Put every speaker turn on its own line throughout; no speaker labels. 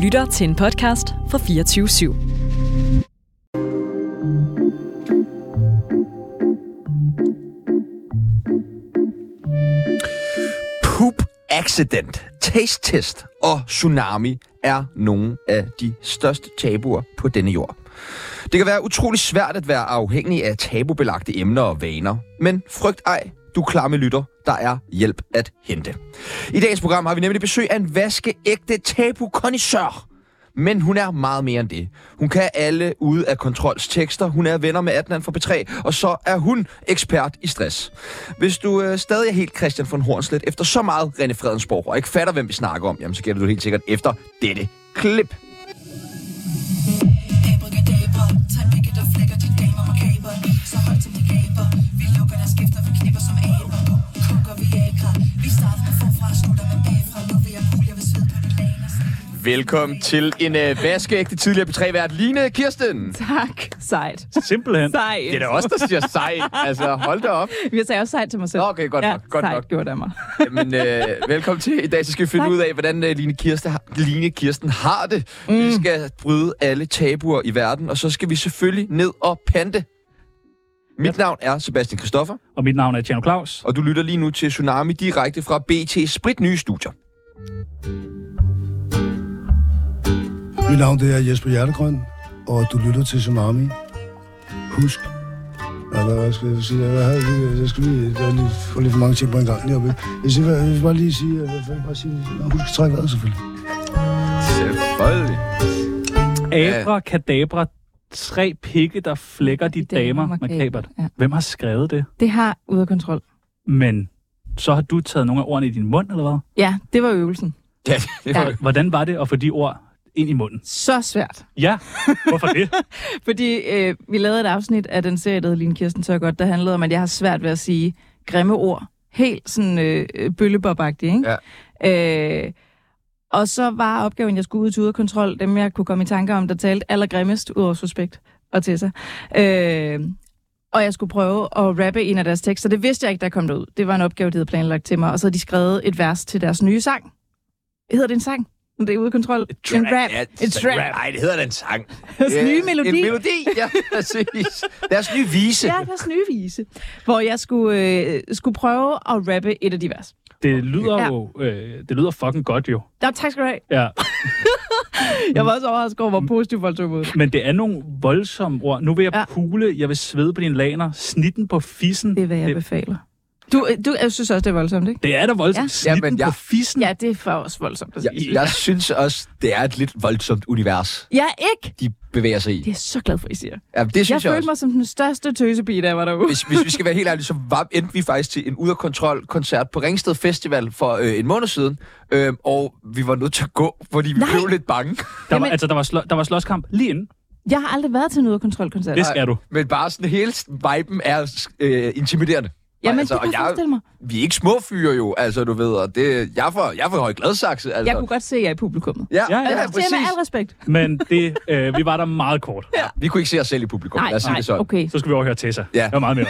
lytter til en podcast fra 24 /7.
Poop Accident, Taste Test og Tsunami er nogle af de største tabuer på denne jord. Det kan være utrolig svært at være afhængig af tabubelagte emner og vaner, men frygt ej, du klamme lytter, der er hjælp at hente. I dagens program har vi nemlig besøg af en vaskeægte tabukonisør. Men hun er meget mere end det. Hun kan alle ude af kontrols tekster. Hun er venner med Adnan fra P3, og så er hun ekspert i stress. Hvis du øh, stadig er helt Christian von Hornslet efter så meget René Fredensborg, og ikke fatter, hvem vi snakker om, jamen så gælder du helt sikkert efter dette klip. Velkommen til en øh, vaskeægte tidligere P3-vært, Line Kirsten.
Tak. Sejt.
Simpelthen.
Sejt.
Det er da også der siger sej. Altså, hold da op.
Jeg sagde også sejt til mig selv.
Nå, okay, godt
ja,
nok, godt
sejt
nok.
gjorde det af mig.
Jamen, øh, velkommen til. I dag så skal vi finde
Tak.
ud af, hvordan øh, Line, Kirsten har, Line Kirsten har det. Mm. Vi skal bryde alle tabuer i verden, og så skal vi selvfølgelig ned og pante. Mit navn er Sebastian Kristoffer,
Og mit navn er Tjerno Claus.
og du lytter lige nu til Tsunami direkte fra BT's sprit nye studier.
Mit navn det er Jesper Hjertegrøn, og du lytter til Tsunami. Husk. Ja, hvad, hvad skal jeg sige? Jeg, havde, lige- jeg skal lige, der er lige, få lige for mange ting på en gang lige oppe. Jeg skal, jeg vil bare lige sige, jeg vil bare sige, øh, husk at trække vejret selvfølgelig.
Selvfølgelig.
Abra, kadabra, tre pigge, der flækker de damer makabert.
Ja.
Hvem har skrevet det?
Det har ude af kontrol.
Men så har du taget nogle af ordene i din mund, eller hvad?
Ja, det var øvelsen.
Ja, det var,
Ja.
ja.
Hvordan var det at få de ord ind i munden?
Så svært.
Ja, hvorfor det?
Fordi øh, vi lavede et afsnit af den serie, der hedder Line Kirsten Tør Godt, der handlede om, at jeg har svært ved at sige grimme ord. Helt sådan øh, øh, bøllebobagtigt, ikke? Ja. Øh, og så var opgaven, jeg skulle ud til ude af kontrol, dem jeg kunne komme i tanker om, der talte allergrimmest ud over suspekt og til sig. Øh, og jeg skulle prøve at rappe en af deres tekster. Det vidste jeg ikke, der kom derud. Det var en opgave, de havde planlagt til mig. Og så havde de skrevet et vers til deres nye sang. Hedder det en sang? Det er ude af kontrol. en rap.
Ja,
en trap.
Nej, det hedder da en sang.
Deres
Ja,
nye melodi.
En melodi, ja, præcis. Deres nye vise.
Ja, deres nye vise. Hvor jeg skulle, øh, skulle prøve at rappe et af de vers.
Det lyder jo... Øh, det lyder fucking godt jo.
Nå, tak skal du have.
Ja.
Jeg var også overrasket over, hvor positiv folk tog mod.
Men det er nogle voldsomme ord. Nu vil jeg
Ja.
ja. pule, jeg vil svede på dine laner, snitten på fissen.
Det er, hvad jeg
det,
befaler. Du, øh, du jeg synes også, det er voldsomt, ikke?
det er da voldsomt.
Ja.
Ja. Snitten
Jamen,
Jamen,
jeg-
jeg... på fissen.
Ja, det er for også voldsomt. at sige.
Jeg, jeg synes også, det er et lidt voldsomt univers,
Ja, ikke?
de bevæger sig
Det er
i.
jeg så glad for, I siger.
Ja, det synes jeg,
Jeg følte
også.
mig som den største tøsepige, da jeg var derude.
hvis, hvis vi skal være helt ærlige, så var, endte vi faktisk til en ude af kontrol koncert på Ringsted Festival for øh, en måned siden, øh, og vi var nødt til at gå, fordi vi
Nej.
Nej. blev lidt bange.
Der var,
Jamen-
altså, der var, slå, der var slåskamp lige inden.
Jeg har aldrig været til en ude af kontrolkoncert.
Det skal du.
Men bare sådan hele viben er øh, intimiderende.
Jamen,
altså,
det kan
og
jeg forestille mig.
Vi er ikke små fyre jo, altså du ved, og det, jeg er fra, jeg er fra Høje Gladsaxe. Altså.
Jeg kunne godt se jer i publikummet. Altså,
Ja,
Ja,
ja,
ja.
ja, ja,
Det er med
præcis.
al respekt.
Men det, øh, vi var der meget kort.
Vi kunne ikke se os selv i publikum,
Nej,
lad os sige
nej,
det sådan.
okay.
Så skal vi overhøre Tessa.
Ja.
Det var meget mere.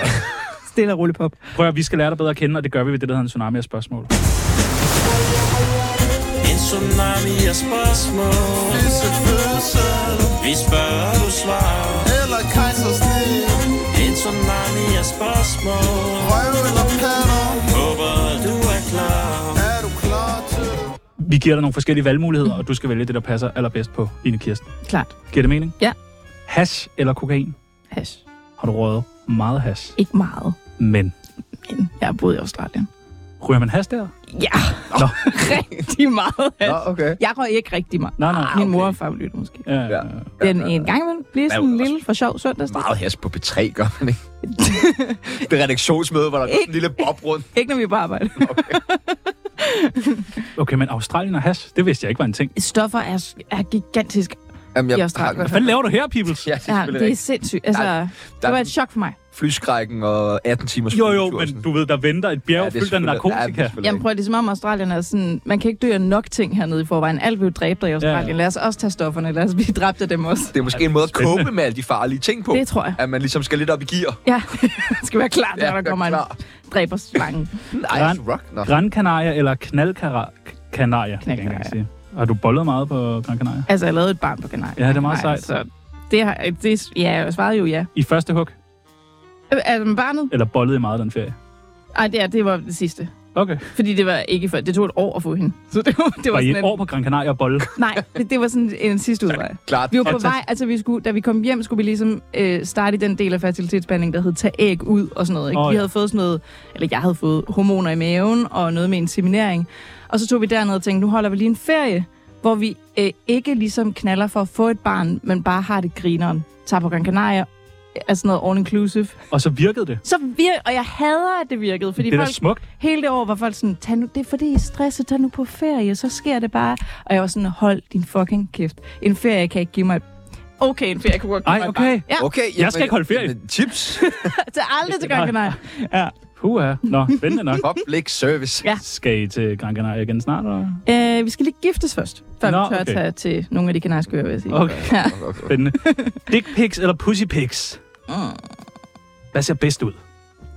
Stille og roligt pop.
Prøv at, vi skal lære dig bedre at kende, og det gør vi ved det, der hedder en tsunami af spørgsmål.
En tsunami af spørgsmål Vi spørger, du svarer
Eller kejsersnit
En tsunami af spørgsmål
Røv eller patter
Håber, du er klar
Er du klar til det?
Vi giver dig nogle forskellige valgmuligheder, og du skal vælge det, der passer allerbedst på Line Kirsten.
Klart.
Giver det mening?
Ja.
Hash eller kokain?
Hash.
Har du røget meget hash?
Ikke meget,
Men
men jeg har boet i Australien.
ryger man hash der?
Ja,
Nå.
rigtig meget hash.
Nå, okay.
Jeg røg ikke rigtig meget.
Nej, nej.
Min mor og far lytter måske.
Ja.
Ja.
ja.
Den en gang imellem bliver sådan en
også-
lille for sjov søndags.
Meget has på P3, gør man ikke? det er redaktionsmøde, hvor der går sådan en lille bob rundt.
Ikke når vi er på arbejde.
Okay, men Australien og hash, det vidste jeg ikke var en ting.
Stoffer er, er gigantisk.
Jamen,
I
jeg
Australien.
har-
Hvad fanden laver du her, Peoples?
Ja, det er
Ja,
selvfølgelig
det er
rigtigt.
sindssygt. Altså,
Der-
det var et chok for mig.
flyskrækken og 18 timers
Jo, jo,
flyvetur og sådan.
men du ved, der venter et bjerg ja,
det er
fyldt af
selvfølgelig- ja, det er
narkotika.
selvfølgelig
Jamen prøv, det er som om Australien er sådan, man kan ikke dø af nok ting hernede i forvejen. Alt vil jo dræbe dig i Australien. Ja.
Ja.
Lad os også tage stofferne, lad os blive dræbt af dem også.
Det er måske en måde at
Spændende.
kåbe med alle de farlige ting på.
Det tror jeg.
At man ligesom skal lidt op i gear.
Ja, det skal være klar, når
Ja,
der
vær
kommer en
klar.
dræber slangen.
Nej,
Gran-
rock. Nå.
Gran Canaria eller Knald Canaria?
Canaria.
Canaria. Har du bollet meget på Gran Canaria?
Altså, jeg lavede et barn på Kanarien.
Ja, det er meget
Nej,
sejt.
Så det har, det, ja, jeg svarede jo ja.
I første hug?
Øh, Altså, med barnet?
Eller bollede I meget den ferie?
Ej, det, er, det var det sidste.
Okay.
Fordi det var ikke for, det tog et år at få hende. Så det var, det
Var
var
I et
sådan
år på Gran Canaria og bolle?
Nej, det, det var sådan en sidste udvej.
Klart.
Vi var på
Fantastisk.
vej, altså vi skulle, da vi kom hjem, skulle vi ligesom øh, starte i den del af fertilitetsbehandlingen, der hed tag æg ud og sådan noget. Ikke?
Åh,
vi
ja.
havde fået sådan noget, eller jeg havde fået hormoner i maven og noget med inseminering. Og så tog vi derned og tænkte, nu holder vi lige en ferie, hvor vi øh, ikke ligesom knaller for at få et barn, men bare har det grineren. Tager på Gran Canaria, er sådan noget all inclusive.
Og så virkede det.
Så vir- og jeg hader, at det virkede, fordi
det er da
folk
smukt.
Hele det år var folk sådan, tag nu, det er fordi I er stresset, tag nu på ferie, så sker det bare. Og jeg var sådan, hold din fucking kæft. En ferie kan ikke give mig... et- Okay, en ferie kan godt give
Ej,
mig et
okay.
barn. Ja,
Okay,
Jeg skal ikke holde ferie.
men Tips.
okay. tag aldrig til Gran Canaria. Ja.
Puha. Nå, spændende nok.
Public service.
Ja.
Skal I til Gran Canaria igen snart? Eller?
Øh, vi skal lige giftes først, før
Nå,
vi tør
okay.
okay. tage til nogle af de kanariske øer, vil jeg sige.
Okay.
Ja.
Okay.
Spændende. Dick pics eller pussy pics?
Mm.
Hvad ser bedst ud?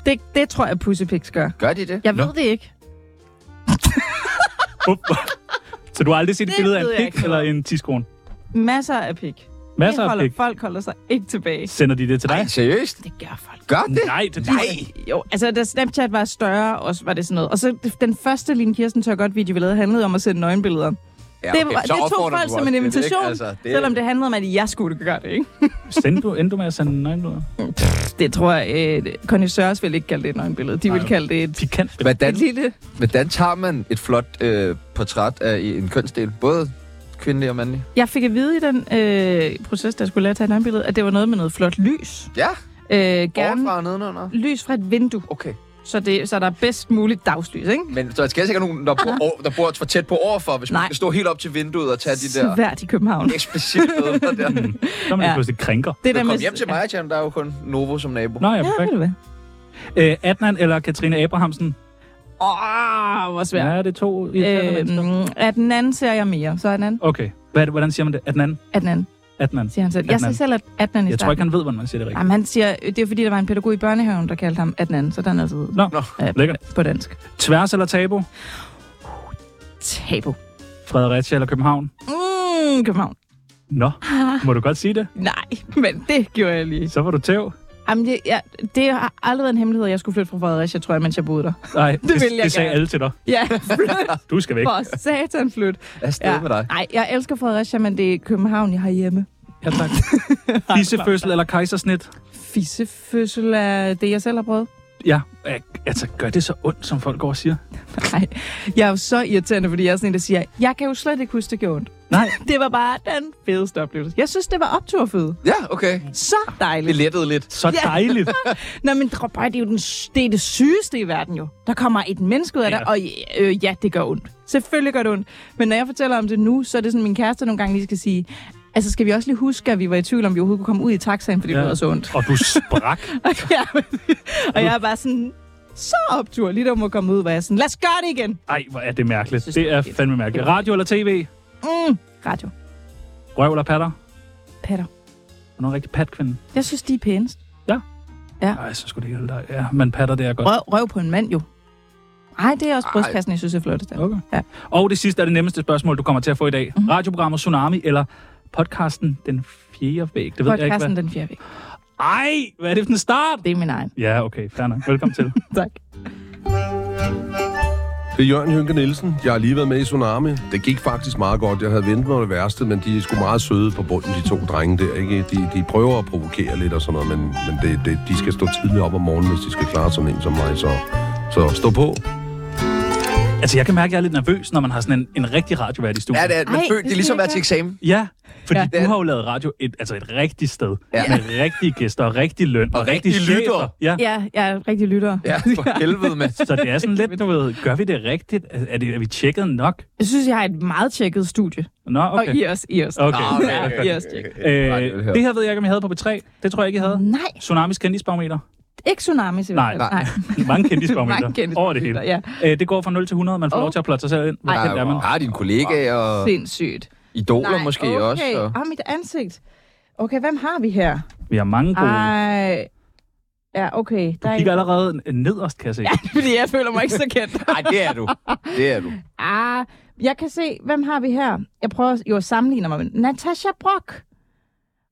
Det, det tror jeg, Pussy Pigs gør.
Gør de det?
Jeg
Nå.
ved det ikke.
Up. så du har aldrig set et
Det
billede af en
ved jeg ikke
pik eller
noget
en tiskron?
Masser af pig.
Masser
Det
af
holder,
pik.
Folk holder sig ikke tilbage.
Sender de det til dig?
Nej, seriøst?
Det gør folk.
Gør det?
Nej, det
Nej.
Jo, altså da Snapchat var større, også var det sådan noget. Og så den første Line Kirsten tør godt video, vi lavede, handlede om at sende nøgenbilleder.
Ja,
Det var-
så
det tog
opfordrer
folk
du
som
også til
en
det, ikke? Altså,
invitation,
det,
Selvom det handlede om, at jeg skulle gøre det, ikke?
Sendte du, endte du med at sende nøgenbilleder?
Det tror jeg, øh, kondisørs vil ikke kalde det et nøgenbillede. De vil
Nej.
kalde det et,
Pikant.
Hvordan,
et lille...
hvordan tager man et flot øh, portræt af en kønsdel? Både kvindelig og mandlig?
Jeg fik at vide i den øh, proces, der skulle lære at tage et nøgenbillede, at det var noget med noget flot lys.
Ja,
Øh, gerne
overfra og nedenunder.
lys fra et vindue,
Okay.
så, det, så der er bedst muligt dagslys, ikke?
Men der skal altså ikke nogen, der bor, over, der bor for tæt på overfor, hvis Nej. man
Nej.
skal stå helt op til vinduet og tage de der
Svært i København.
eksplicit billeder der.
Så er man ja.
Ja.
pludselig krænker.
Det
Kom hjem til mig, Jan, der er jo kun Novo som nabo.
Nå ja,
Ja,
perfekt.
ved du hvad?
Øh, Adnan eller Katrine Abrahamsen?
Åh, hvor svært.
Ja, det er to. irriterende mennesker.
Øhm, af den anden ser jeg mere. Så er den anden.
Okay. Hvad, hvordan siger man det? Adnan?
Af den anden,
Adnan.
siger han selv. Jeg siger
Adnan.
selv, at Adnan i
Jeg tror
starten.
ikke, han ved, hvordan man siger det rigtigt.
Jamen, han siger, øh, det er fordi, der var en pædagog i børnehaven, der kaldte ham Adnan, så den er altså altid
Nå,
Nå,
lækkert.
på dansk.
Tværs eller tabu?
Tabu.
Fredericia eller København?
Mm, København.
Nå, må du godt sige det?
Nej, men det gjorde jeg lige.
Så var du tæv.
Jamen, det, jeg, det har aldrig været en hemmelighed, at jeg skulle flytte fra Fredericia, tror jeg, mens jeg boede der.
Nej, det,
vil jeg
det sagde
gerne.
alle til dig.
Ja, flyt
Du skal væk.
for satan flyt.
afsted ja. med dig.
Nej, jeg elsker Fredericia, men det er København, jeg har hjemme.
Ja, tak. Fissefødsel eller kejsersnit?
Fissefødsel er det, jeg selv har prøvet.
Ja, øh, altså gør det så ondt, som folk går og siger?
Nej, jeg er jo så irriterende, fordi jeg er sådan en, der siger, jeg kan jo slet ikke huske, det gjorde ondt.
Nej.
Det var bare den fedeste oplevelse. Jeg synes, det var opturfede.
Ja, okay.
Så
Det
dejligt.
lettede lidt.
Så
Ja.
dejligt.
Nå, men drop bare, det er jo den, det, er det sygeste i verden jo. Der kommer et menneske ud af
Ja.
ja. dig, og øh, ja, det gør ondt. Selvfølgelig gør det ondt. Men når jeg fortæller om det nu, så er det sådan, min kæreste nogle gange lige skal sige, altså skal vi også lige huske, at vi var i tvivl, om vi overhovedet kunne komme ud i taxaen, fordi
Ja.
ja. det var så ondt.
Og du sprak.
ja, og jeg er bare sådan, så optur, lige da hun må komme ud, var jeg sådan, lad os gøre det igen.
Ej, hvor er det mærkeligt.
Jeg synes,
Det
det er
er
fedt.
fandme mærkeligt. Radio eller tv?
Mm. Radio.
Røv eller patter?
Patter.
Er du en rigtig patkvinde?
Jeg synes, de er pænest.
Nej, så skulle det hele dig. Ja, men patter, det er godt.
Røv, røv på en mand jo. Nej, det er også
Ej.
brystkassen, jeg synes er flottest. af.
Okay.
Ja.
Og det sidste er det nemmeste spørgsmål, du kommer til at få i dag.
Mhm.
Radioprogrammet Tsunami eller podcasten Den Fjerde Væg? Det ved jeg ikke,
Podcasten,
hvad.
den fjerde væg.
Ej, hvad er det for en start?
Det er min egen.
Ja, okay, fair nok. Velkommen til.
Tak.
Det er Jørgen Hynke Nielsen. Jeg har lige været med i Tsunami. Det gik faktisk meget godt. Jeg havde ventet mig det værste, men de er sgu meget søde på bunden, de to drenge der. Ikke? De, de prøver at provokere lidt og sådan noget, men, men det, det, de skal stå tidligt op om morgenen, hvis de skal klare sådan en som mig. Så, så stå på.
altså, jeg kan mærke, at jeg er lidt nervøs, når man har sådan en, en rigtig radiovært i studiet.
Ja, det er, man
Ej,
følte, det
det
er
skal
ligesom at
jeg
være til eksamen.
Ja, fordi
Ja.
ja. du har jo lavet radio et, altså et rigtigt sted.
Ja.
Ja. Med rigtige gæster og rigtig løn.
Og rigtige
chefer.
lyttere.
Ja.
Ja, jeg er rigtig lytter.
Ja, for helvede, mand.
Så det er sådan lidt, du ved, gør vi det rigtigt? Er, er, det, er vi tjekket nok?
Jeg synes, jeg har et meget tjekket studie.
Nå,
Okay. Og
okay.
I også, I også.
Okay.
Ah,
Ja, I også tjekket.
Øh, det her ved jeg ikke, om I havde på B3. Det tror jeg ikke, I havde.
Nej,
Tsunamis kendisbarometer.
ikke tsunamis i hvert fald.
Nej. Mange kendisbarometer.
Mange kendisbarometer,
Over det hele.
Ja,
Øh, det går fra 0 til 100, man får
Oh.
lov til at plotte sig selv ind. Hvor
Der
kendt
er
er
jo
man?
har dine kollegaer og
sindssygt.
idoler måske
okay.
også. Og...
Ah, mit ansigt. Okay, hvem har vi her?
Vi har mange gode.
Ej. Ja, okay. Der
Du
er
kigger
en-
allerede nederst, kan jeg se.
Fordi jeg føler mig ikke så kendt.
Ej, det er du. Det er du.
Ah, Jeg kan se, hvem har vi her? Jeg prøver jo at sammenligne mig med Natasha Brock.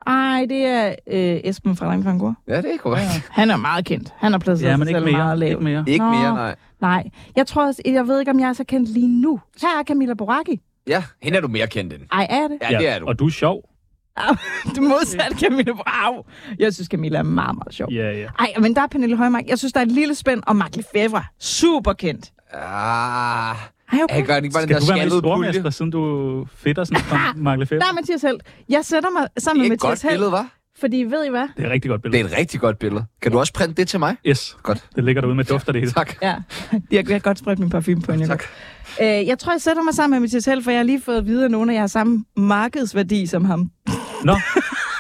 Ej, det er øh, Esben fra Lange Fangur.
Ja, det er korrekt. Ja.
Han er meget kendt. Han har placeret
Ja, men
sig
ikke
selv meget lavt.
mere. Ikke mere.
Ikke
Nå.
mere, nej.
Nej, jeg tror også, jeg ved ikke, om jeg er så kendt lige nu. Her er Camilla Boracchi.
Ja, hende er du mere kendt end.
Ej, er det?
Ja, det er du.
Og du er sjov.
Au, det modsatte Camilla Boracchi. Jeg synes, Camilla er meget, meget sjov.
Ja, ja.
Ej, men der er Pernille Højmark. Jeg synes, der er et lille spænd. Og Mark Lefebvre. Super kendt.
Ah,
Ej,
er jeg
okay.
gør ikke bare den der
Skal du være med i
skaldede pulje.
stormester, siden du fedter sådan fra Mark Lefebvre?
Der er Mathias Helt. Jeg sætter mig sammen
Det
med
er et godt
Mathias Helt,
billede, var.
fordi ved I hvad?
Det er et rigtig godt
Det
billede.
er et rigtig godt billede. Kan du også printe det til mig?
Yes.
Godt.
Det ligger derude med dufter det hele.
Tak.
Ja, de har, jeg har godt spredt min parfume på hende.
Tak.
Øh, jeg tror, jeg sætter mig sammen med Mathias Helt, for jeg har lige fået at vide, at nogen af jer har samme markedsværdi som ham.
Nå,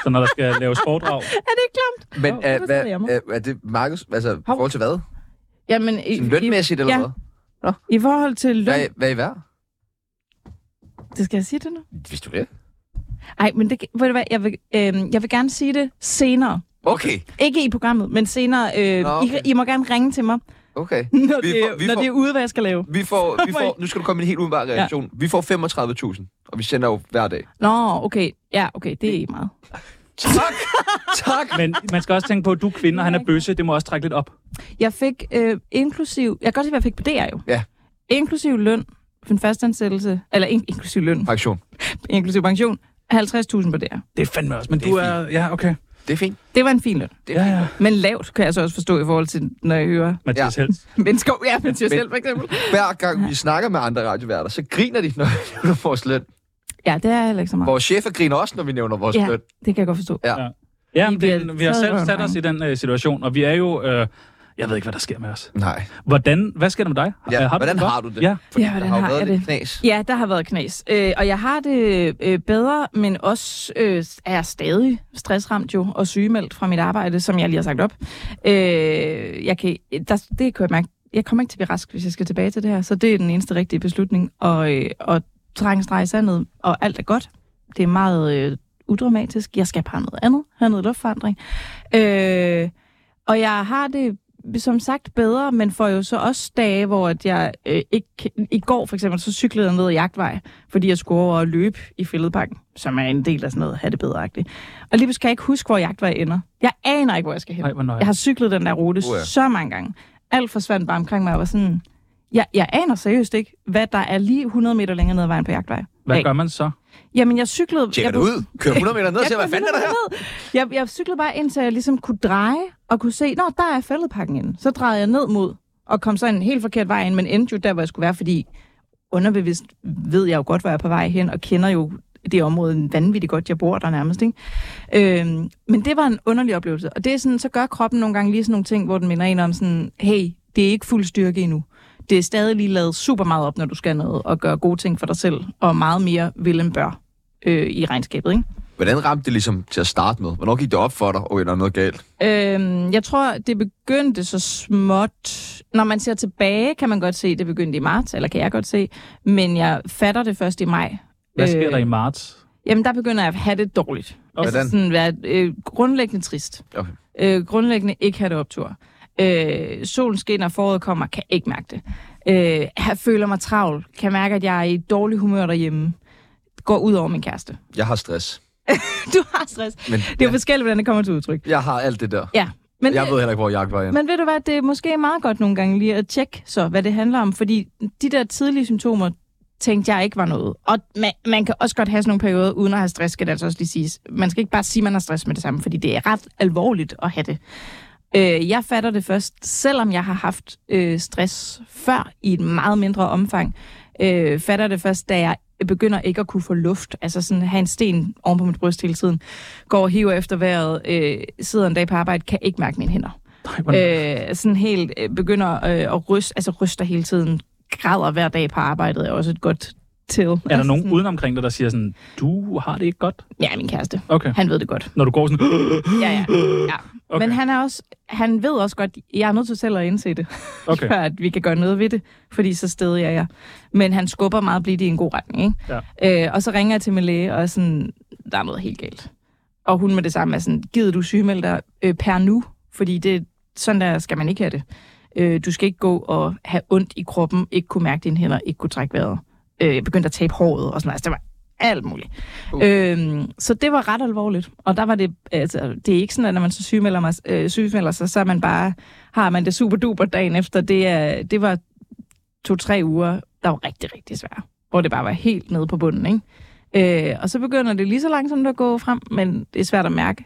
så når der skal laves foredrag.
Er det ikke klamt?
Men
Hov,
er,
hvorfor
hvad,
sidder jeg mig?
er, er det markeds... Altså, i
Hov.
forhold til hvad?
Jamen, i,
Sådan lønmæssigt eller
ja.
hvad?
i, i forhold til løn...
Hvad, hvad er I værd?
Det skal jeg sige det nu?
Hvis du det.
Nej, men det, ved du hvad, jeg vil, øh, jeg vil gerne sige det senere.
Okay,
Ikke i programmet, men senere. Øh,
Nå,
Nå,
okay.
okay. I, I må gerne ringe til mig,
okay.
når,
Vi
vi det,
får-
får,
vi
når
får-
det er ude, hvad jeg skal lave.
Vi får, vi
Ej.
får, nu skal du komme med en helt udenbar reaktion. Vi får 35.000, og vi sender jo hver dag.
Nå, okay. Ja, okay, det er ikke meget.
Tak! tak!
Men man skal også tænke på, at du er kvinde, og han er bøsse. Det må også trække lidt op.
Jeg fik øh, inklusiv... Jeg kan godt se, hvad jeg fik på DR jo.
Ja.
Inklusiv løn for en fastansættelse, eller in, inklusiv løn,
Aktion.
inklusiv pension, 50.000 på DR.
Det er fandme også. Men
Det er
du er... Ja, okay.
Det er fint.
Det var en fin løn.
Det er
Ja,
fint.
ja.
Men lavt, kan jeg så også forstå i forhold til, når jeg hører
Mathias ja. Helst.
mennesker. Ja, men til
Men-
selv for eksempel.
Hver gang vi snakker med andre radioværter, så griner de, når vi nævner vores løn.
Ja, det er heller ikke så meget.
Vores chefer griner også, når vi nævner vores
Ja,
løn.
det kan jeg godt forstå.
Ja,
Vi
men det,
bliver
vi har selv
taget
sat os i
under,
den øh, situation, og vi er jo... Øh, jeg ved ikke, hvad der sker med os.
Nej.
Hvordan, hvad sker der med dig?
Ja,
Øh,
hvordan
godt?
har du det?
Ja,
Fordi
Ja,
der
hvordan
har jo
har
været
jeg
lidt
det?
knas.
Ja, der har været knas. Øh, og jeg har det øh, bedre, men også øh, er jeg stadig stressramt jo, og sygemeldt fra mit arbejde, som jeg lige har sagt op. Øh, jeg kan, der, det kan jeg mærke. Jeg kommer ikke til at blive rask, hvis jeg skal tilbage til det her. Så det er den eneste rigtige beslutning. Og, øh, og trække en streg i sandet, og alt er godt. Det er meget øh, udramatisk. Jeg skal bare noget andet. Have noget luftforandring. Øh, og jeg har det som sagt bedre, men får jo så også dage, hvor at jeg øh, ikke... kan- I går for eksempel, så cyklede jeg ned ad jagtvej, fordi jeg skulle over og løbe i fældeparken, som er en del af sådan noget have det bedre -agtigt. Og lige pludselig kan jeg ikke huske, hvor jagtvej ender. Jeg aner ikke, hvor jeg skal hen.
Ej, hvor nøje.
jeg har cyklet den der rute
Uha.
så mange gange. Alt forsvandt bare omkring mig, og jeg var sådan... Jeg, jeg aner seriøst ikke, hvad der er lige 100 meter længere ned ad vejen på jagtvej.
Hvad gør man så?
Jamen, jeg cyklede...
Tjekker
jeg
det ud. Kører 100 meter ned og ser, hvad fanden er der her?
Jeg, jeg cyklede bare ind, så jeg ligesom kunne dreje og kunne se, nå, der er fældepakken inde. Så drejede jeg ned mod og kom så en helt forkert vej ind, men endte jo der, hvor jeg skulle være, fordi underbevidst ved jeg jo godt, hvor jeg er på vej hen, og kender jo det område vanvittigt godt, jeg bor der nærmest. Ikke? Øhm, men det var en underlig oplevelse. Og det er sådan, så gør kroppen nogle gange lige sådan nogle ting, hvor den minder en om sådan, hey, det er ikke fuld styrke endnu. Det er stadig lige lavet super meget op, når du skal noget, og gøre gode ting for dig selv, og meget mere vil end bør øh, i regnskabet. Ikke?
Hvordan ramte det ligesom til at starte med? Hvornår gik det op for dig? Okay, der er noget galt.
Øhm, jeg tror, det begyndte så småt. Når man ser tilbage, kan man godt se, det begyndte i marts, eller kan jeg godt se. Men jeg fatter det først i maj. Øh,
Hvad sker der i marts?
Jamen, der begynder jeg at have det dårligt. Altså
Okay.
Hvordan?
Sådan være øh, grundlæggende trist.
Okay.
Øh, grundlæggende ikke have det optur. Øh, solen skinner, foråret kommer, kan ikke mærke det. Øh, jeg føler mig travl. Kan mærke, at jeg er i dårlig humør derhjemme. Går ud over min kæreste.
Jeg har stress.
Du har stress.
Men
Det er jo forskelligt, hvordan det kommer til udtryk.
jeg har alt det der.
Ja. Men
Jeg ved heller ikke, hvor jeg var inde.
Men ved du hvad, det er måske meget godt nogle gange lige at tjekke så, hvad det handler om, fordi de der tidlige symptomer tænkte jeg ikke var noget. Og man, man kan også godt have sådan nogle perioder uden at have stress, skal det altså også lige siges. Man skal ikke bare sige, at man har stress med det samme, fordi det er ret alvorligt at have det. Øh, jeg fatter det først, selvom jeg har haft øh, stress før i et meget mindre omfang, øh, fatter det først, da jeg begynder ikke at kunne få luft, altså sådan have en sten oven på mit bryst hele tiden, går og hiver efter vejret, øh, sidder en dag på arbejde, kan ikke mærke mine hænder
Nej, hvor nøje.
øh, sådan helt øh, begynder øh, at ryste, altså ryster hele tiden, græder hver dag på arbejdet, er også et godt til.
Er der nogen uden omkring dig, der siger sådan, du har det ikke godt?
Ja, min kæreste.
Okay.
Han ved det godt.
Når du går sådan,
Ja, ja. ja.
Okay.
Okay. Men han, er også, han ved også godt, jeg er nødt til selv at indse det,
Okay.
før at vi kan gøre noget ved det, fordi så steder jeg er. Men han skubber meget blidt i en god retning. Ikke? Ja. Øh, og så ringer jeg til min læge og er sådan, der er noget helt galt. Og hun med det samme er sådan, gider du sygemelde dig øh, per nu? Fordi det, sådan der skal man ikke have det. Øh, du skal ikke gå og have ondt i kroppen, ikke kunne mærke dine hænder, ikke kunne trække vejret. øh, begyndte at tabe håret og sådan noget. Altså, det var alt muligt. Uh. Øhm, så det var ret alvorligt. Og der var det, altså, det er ikke sådan, at når man så sygemelder, mig, øh, sygemelder sig, så er man bare, har man det super duper dagen efter. Det, er, det var to-tre uger, der var rigtig, rigtig svære. Hvor det bare var helt nede på bunden, ikke? Øh, og så begynder det lige så langsomt at gå frem, men det er svært at mærke.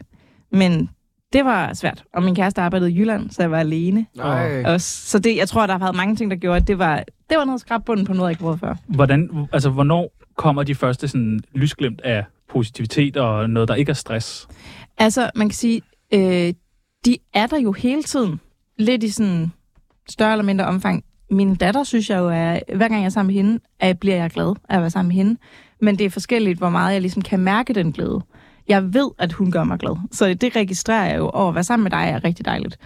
Men det var svært. Og min kæreste arbejdede i Jylland, så jeg var alene.
Nej.
Og, så det, jeg tror, der har været mange ting, der gjorde, at det var, det var noget skrabbunden på noget, jeg ikke prøvede før.
Hvordan, altså, hvornår kommer de første sådan, lysglimt af positivitet og noget, der ikke er stress?
Altså, man kan sige, øh, de er der jo hele tiden. Lidt i sådan større eller mindre omfang. Min datter, synes jeg jo, er, hver gang jeg er sammen med hende, er, bliver jeg glad af at være sammen med hende. Men det er forskelligt, hvor meget jeg ligesom kan mærke den glæde. Jeg ved, at hun gør mig glad. Så det registrerer jeg jo, og at være sammen med dig er rigtig dejligt.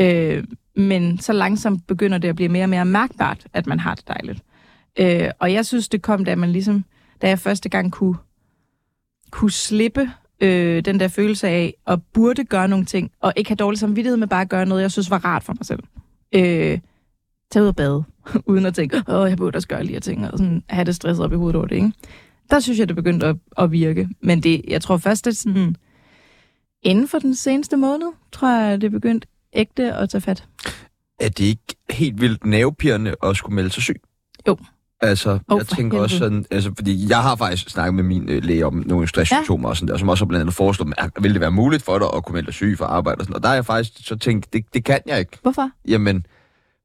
Øh, men så langsomt begynder det at blive mere og mere mærkbart, at man har det dejligt. Øh, og jeg synes, det kom, da man ligesom, da jeg første gang kunne kunne slippe øh, den der følelse af at burde gøre nogle ting, og ikke have dårlig samvittighed med bare at gøre noget, jeg synes var rart for mig selv. Øh, tage ud og bade, uden at tænke, åh, jeg burde også gøre lige her ting, og sådan have det stresset op i hovedet over det, ikke? Der synes jeg, det begyndte at, at virke. Men det, jeg tror først, at sådan, inden for den seneste måned, tror jeg, det begyndte ægte at tage fat. Øh.
Er det ikke helt vildt nervepirrende at skulle melde sig syg?
Jo.
Altså, oh,
Åh,
jeg
for
tænker også sådan, altså, fordi jeg har faktisk snakket med min øh, læge om nogle stresssymptomer ja. og sådan der, som også har blandt andet foreslået, at vil det være muligt for dig at kunne melde dig syg for arbejde og sådan, og der har jeg faktisk så tænkt, det, det kan jeg ikke.
Hvorfor?
Jamen,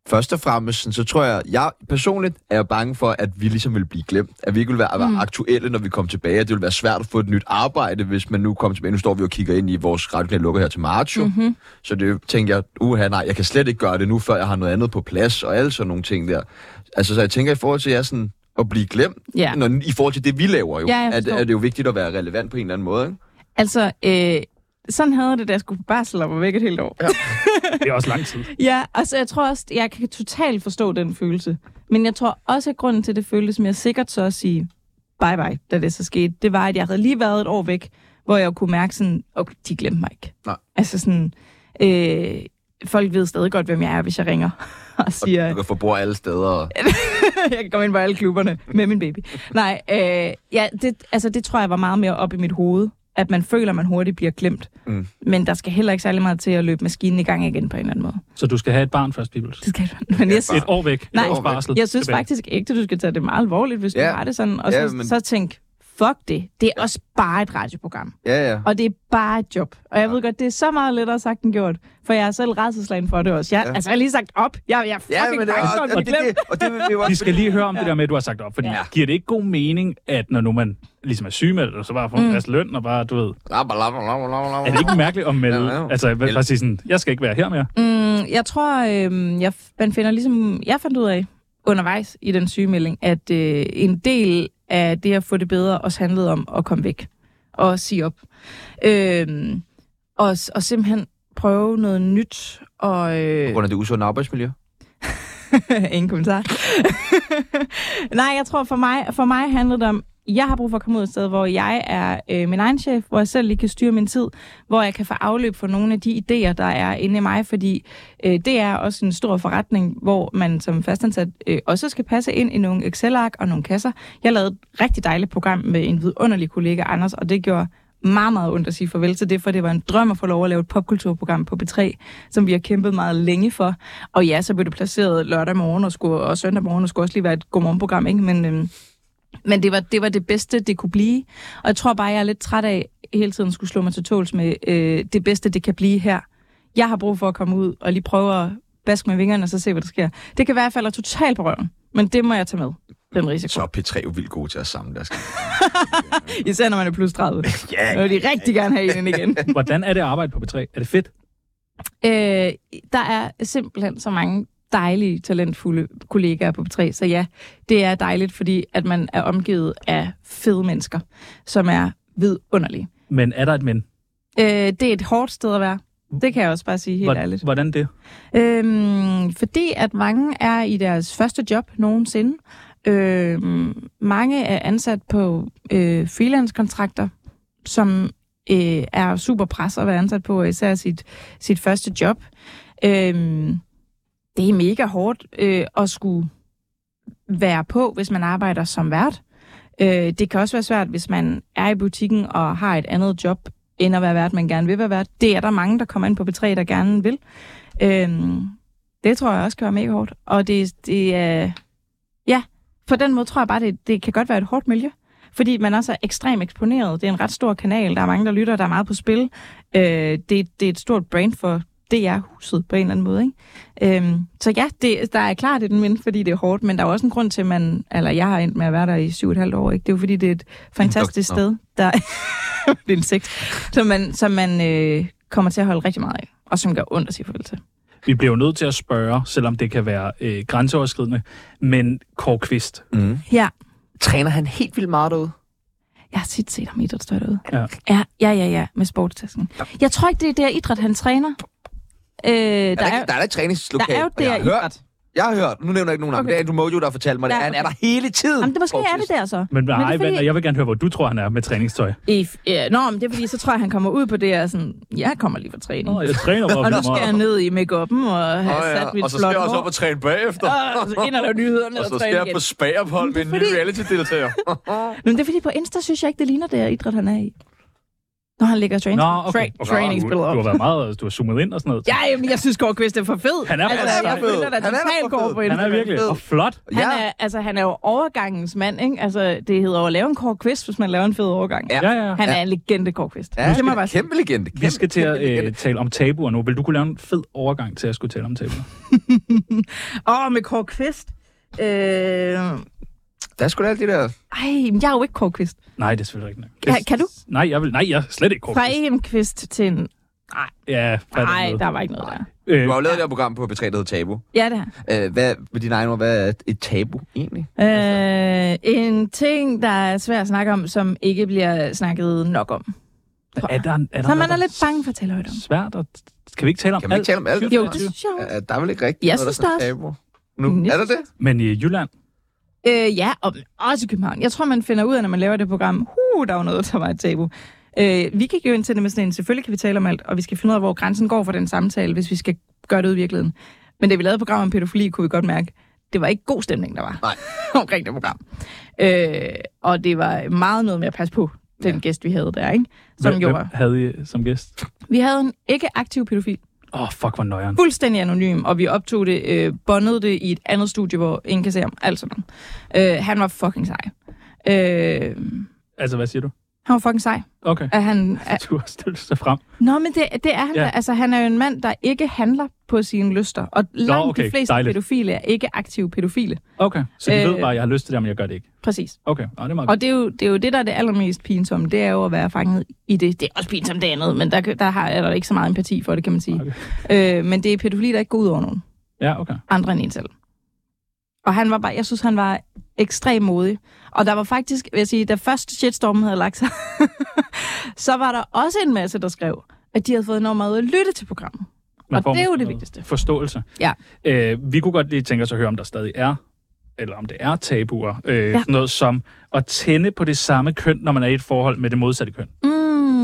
først og fremmest, sådan, så tror jeg, jeg personligt er jeg bange for, at vi ligesom ville blive glemt. At vi ikke ville være, være mm. aktuelle, når vi kom tilbage. At det ville være svært at få et nyt arbejde, hvis man nu kom tilbage. Nu står vi og kigger ind i vores radiokanal lukker her til marts. Mm-hmm. Så det tænker jeg, uha nej, jeg kan slet ikke gøre det nu, før jeg har noget andet på plads og alle sådan nogle ting der. Altså, så jeg tænker i forhold til, at jeg sådan at blive glemt,
Ja.
når, i forhold til det, vi laver jo.
Ja, jeg
at,
forstår.
at det er jo vigtigt at være relevant på en eller anden måde, ikke?
Altså, øh, sådan havde jeg det, da jeg skulle på barsel og var væk et helt år.
Det er også lang tid.
Ja, altså jeg tror også, jeg kan totalt forstå den følelse. Men jeg tror også, at grunden til, at det føltes mere sikkert så at sige bye bye, da det så skete, det var, at jeg havde lige været et år væk, hvor jeg jo kunne mærke sådan, okay, de glemte mig ikke.
Nej.
Altså sådan, øh, folk ved stadig godt, hvem jeg er, hvis jeg ringer og siger,
Du kan få bord alle steder. Og...
jeg kan komme ind på alle klubberne med min baby. Nej, øh, ja, det, altså, det tror jeg var meget mere op i mit hoved, at man føler, at man hurtigt bliver glemt.
Mm.
Men der skal heller ikke særlig meget til at løbe maskinen i gang igen på en eller anden måde.
Så du skal have et barn først, Bibels.
Det skal du. Men jeg,
Et år væk. Et
Nej.
års barsel.
Jeg synes
tilbage.
faktisk ikke, at du skal tage det meget alvorligt, hvis
Ja.
du har det sådan. Og
Ja,
så,
men-
men... så tænk, fuck det. Det er også bare et radioprogram.
Ja, ja.
Og det er bare et job. Og jeg ved godt, det er så meget lettere sagt end gjort. For jeg er selv redselslagen for det også. Jeg,
Ja.
ja. Altså, jeg har lige sagt op. Jeg, jeg er
Ja,
fucking
men det,
bange
og,
for
og,
at
og,
blive
det, det,
glemt.
og det, det, det var
Vi skal lige høre om det der med, at du har sagt op, fordi
Ja.
ja. giver det ikke god mening, at når nu man ligesom er sygemeldt, og så bare får
Mm.
en masse løn, og bare, du ved, er det ikke mærkeligt at melde,
Ja, ja.
altså hvad-
Eller-
bare sige sådan, jeg skal ikke være her mere.
Mm, jeg tror, øh, jeg, man finder ligesom... Jeg fandt ud af undervejs i den sygemelding, at øh, en del af det at få det bedre også handlede om at komme væk og sige op. Øh, og, og simpelthen prøve noget nyt og... Øh,
På grund af det usunde arbejdsmiljø?
Ingen kommentar. Nej, jeg tror for mig, for mig handler det om, jeg har brug for at komme ud et sted, hvor jeg er øh, min egen chef, hvor jeg selv lige kan styre min tid, hvor jeg kan få afløb for nogle af de idéer, der er inde i mig, fordi øh, det er også en stor forretning, hvor man som fastansat øh, også skal passe ind i nogle Excel-ark og nogle kasser. Jeg lavede et rigtig dejligt program med en vidunderlig kollega, Anders, og det gjorde meget, meget ondt at sige farvel til det, for det var en drøm at få lov at lave et popkulturprogram på B3, som vi har kæmpet meget længe for. Og ja, så blev det placeret lørdag morgen og, skulle, og søndag morgen, og skulle også lige være et godmorgenprogram, ikke? Men, øhm, men det, var, det var det bedste, det kunne blive. Og jeg tror bare, jeg er lidt træt af hele tiden skulle slå mig til tåls med øh, det bedste, det kan blive her. Jeg har brug for at komme ud og lige prøve at baske med vingerne og så se, hvad der sker. Det kan være, at jeg falder totalt på røven, men det må jeg tage med, den risiko.
Så er P3 jo vildt god til at samle deres.
Især når man er plus 30.
Ja.
Nu vil de rigtig gerne have en ind igen.
Hvordan er det at arbejde på B3? Er det fedt?
Øh, der er simpelthen så mange dejlige, talentfulde kollegaer på B3, så ja, det er dejligt, fordi at man er omgivet af fede mennesker, som er vidunderlige.
Men er der et men?
Øh, det er et hårdt sted at være. Det kan jeg også bare sige helt
Hvor-
ærligt.
Hvordan det?
Øhm, fordi at mange er i deres første job nogensinde. Øhm, mange er ansat på øh, freelance-kontrakter, som øh, er super pres at være ansat på, især sit, sit første job. Øhm, det er mega hårdt øh, at skulle være på, hvis man arbejder som vært. Øh, det kan også være svært, hvis man er i butikken og har et andet job, end at være vært, man gerne vil være vært. Det er der mange, der kommer ind på B3, der gerne vil. Øh, det tror jeg også kan være mega hårdt. Og det, det er... Øh, ja, på den måde tror jeg bare, det, det kan godt være et hårdt miljø. Fordi man også er ekstremt eksponeret. Det er en ret stor kanal. Der er mange, der lytter. Der er meget på spil. Øh, det, det er et stort brand for DR-huset på en eller anden måde. Ikke? Øhm, så ja, det, der er klart et men, fordi det er hårdt, men der er også en grund til, at man, eller jeg har endt med at være der i syv og et halvt år. Ikke? Det er jo fordi, det er et fantastisk
Nå.
sted, der det er en sekt, som man, som man øh, kommer til at holde rigtig meget af, og som gør ondt at sige farvel til.
Vi bliver jo nødt til at spørge, selvom det kan være øh, grænseoverskridende, men Kåre Kvist,
Mm.
Ja,
Træner han helt vildt meget derude?
jeg har tit set ham i idrætstøj derude.
Ja.
ja, ja, ja, ja med sportstasken. Jeg tror ikke, det er der idræt, han træner. Øh, der,
Der er, der,
er,
ikke- der er da et træningslokal.
der
og
er jo
jeg har
der
hørt-
idræt.
Jeg har hørt, nu nævner jeg ikke nogen navn,
Okay.
okay. det er Andrew Mojo, der fortalte mig det.
Ja,
Han er
okay.
der hele tiden.
Jamen, det måske
Prøv at
er det
sige.
der så.
men, men
det er
ej,
fordi-
fordi... jeg vil gerne høre, hvor du tror, han er med træningstøj.
I, ja, nå, men det er fordi, så tror jeg, han kommer ud på det og sådan, jeg kommer lige fra træning.
Nå, jeg træner bare
og nu
vildt
skal jeg
meget.
ned i make-up'en og have oh, ja. sat mit flot hår. Og
træne bagefter.
så ind og lave nyheder ned og, træne igen.
spagerpold med en
ny Fordi-
reality-deltager.
Nå, Men det er fordi, på Insta synes jeg ikke, det ligner det her idræt, han er i. Når han ligger og træner.
Nå, okay.
Tra- træningsbilleder
Du
op.
har været meget, du har zoomet ind og sådan noget.
Ja, jamen, jeg synes, Gård Kvist er for fed.
Han er for
altså,
fed.
jeg
Han er
føler,
fed.
at
Han er for
totalt går
fed.
på
han er
Instagram.
virkelig, og flot.
Han er, altså, han er jo overgangens mand, ikke? Altså, det hedder jo at lave en Kåre Kvist, hvis man laver en fed overgang.
Ja.
Ja, ja.
Han er en legende, Kåre Kvist.
Ja,
det må
ja
jeg bare sige.
kæmpe legende. Kæmpe,
Vi skal til
kæmpe
at
legende.
øh, tale om tabuer nu. Vil du kunne lave en fed overgang til, at jeg skulle tale om tabuer?
Åh, med Kåre Kvist. Øh...
Der er sgu da alt det der...
Ej, men jeg er jo ikke Kårkvist.
Nej, det er selvfølgelig ikke nok.
Kan, kan du?
Nej, jeg vil, nej, jeg er slet ikke Kåre
Fra
Kvist.
en kvist til en...
Ja, fat
Nej,
noget.
der var ikke noget der.
Øh,
Du har jo lavet det her program på B3, der hedder Tabu.
Ja, det her.
Øh, hvad, med dine egne ord, hvad er et tabu egentlig?
Øh, en ting, der er svær at snakke om, som ikke bliver snakket nok om.
er der, er der
Så man
noget,
er
der
lidt bange for at tale højt om.
svært? Og, kan vi ikke tale om
Kan man ikke tale om alt?
Jo, det synes jeg også.
Øh, der er vel ikke rigtigt
Jeg
noget,
synes
der er
det
sådan tabu nu.
Mm, jeg
er der det?
synes
Men i Jylland,
Øh, ja, og også i København. Jeg tror, man finder ud af, når man laver det program, huh, der var noget, der var et tabu. Øh, vi gik jo ind til det med sådan en, selvfølgelig kan vi tale om alt, og vi skal finde ud af, hvor grænsen går for den samtale, hvis vi skal gøre det ud i virkeligheden. Men da vi lavede program om pædofili, kunne vi godt mærke, det var ikke god stemning, der var
Nej.
omkring det program. Øh, og det var meget noget med at passe på den ja. gæst, vi havde der, ikke? Som
hvem, hvem
gjorde.
havde I øh, som gæst?
Vi havde en ikke aktiv pædofil,
Åh, oh, fuck, hvor nøjeren.
fuldstændig anonym, og vi optog det, øh, bondede det i et andet studie, hvor ingen kan se ham, alt sådan noget. Øh, han var fucking sej. Øh,
Altså, hvad siger du?
han var fucking sej.
Okay.
At han, at,
Du har stillet sig frem.
nå, men det, det er han
Ja.
ja. Altså, han er jo en mand, der ikke handler på sine lyster. Og langt
okay,
de fleste
dejligt.
pædofile er ikke aktive pædofile.
Okay, så de øh, ved
Øh.
bare, at jeg har lyst til det, men jeg gør det ikke.
Præcis.
Okay, Nå, det er meget godt.
Og det er, jo, det er jo det, der er det allermest pinsomme. Det er jo at være fanget i det. Det er også pinsomt det andet, men der, der har jeg der ikke så meget empati for det, kan man sige. Okay. Øh, men det er pædofili, der ikke går ud over nogen.
Ja, okay.
andre end en selv. Og han var bare, jeg synes, han var ekstremt modig. Og der var faktisk, vil jeg sige, da først shitstormen havde lagt sig, så var der også en masse, der skrev, at de havde fået enormt meget at lytte til programmet.
Man
Og
får
det er jo
måske
det
noget
vigtigste.
Forståelse.
Ja.
Øh, vi kunne godt lige tænke os at høre, om der stadig er, eller om det er tabuer. Øh, ja.
Ja.
Noget som at tænde på det samme køn, når man er i et forhold med det modsatte køn.
Mm,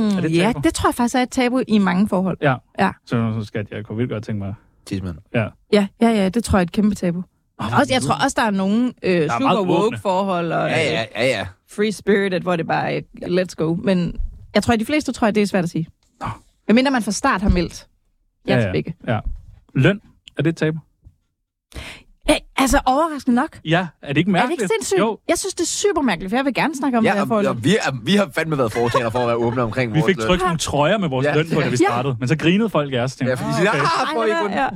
Er det et
ja,
tabu?
det tror jeg faktisk er et tabu i mange forhold.
Ja.
Ja.
Så, så skal jeg kunne vildt godt tænke mig.
Tidsmand.
Ja, ja, ja, det tror jeg er et kæmpe tabu.
Oh,
Også, jeg tror også, der er nogle øh,
meget
super
åbne.
woke forhold og
Ja,
øh,
ja, ja, ja.
free spirited, hvor det bare er, let's go. Men jeg tror, at de fleste tror, at det er svært at sige. Hvad mindre man fra start har meldt. Jeg
Ja,
ja,
ja.
ja. Ikke.
Ja. Løn, er det et tabu?
Ja, altså overraskende nok.
Ja, er det ikke
Er
mærkeligt?
det ikke sindssygt?
Jo,
Jeg synes, det er super mærkeligt, for jeg vil gerne snakke om ja, det
Ja,
her
og,
forhold.
og vi, er, vi har fandme været fortaler for at være åbne omkring
vi
vores øh,
fik
løn.
trykt nogle trøjer med vores
Ja.
løn på, da vi
Ja.
startede. Men så grinede folk af os.
Ja,
Tænkte,
fordi de siger,
okay.
ah, får I kun...
ja.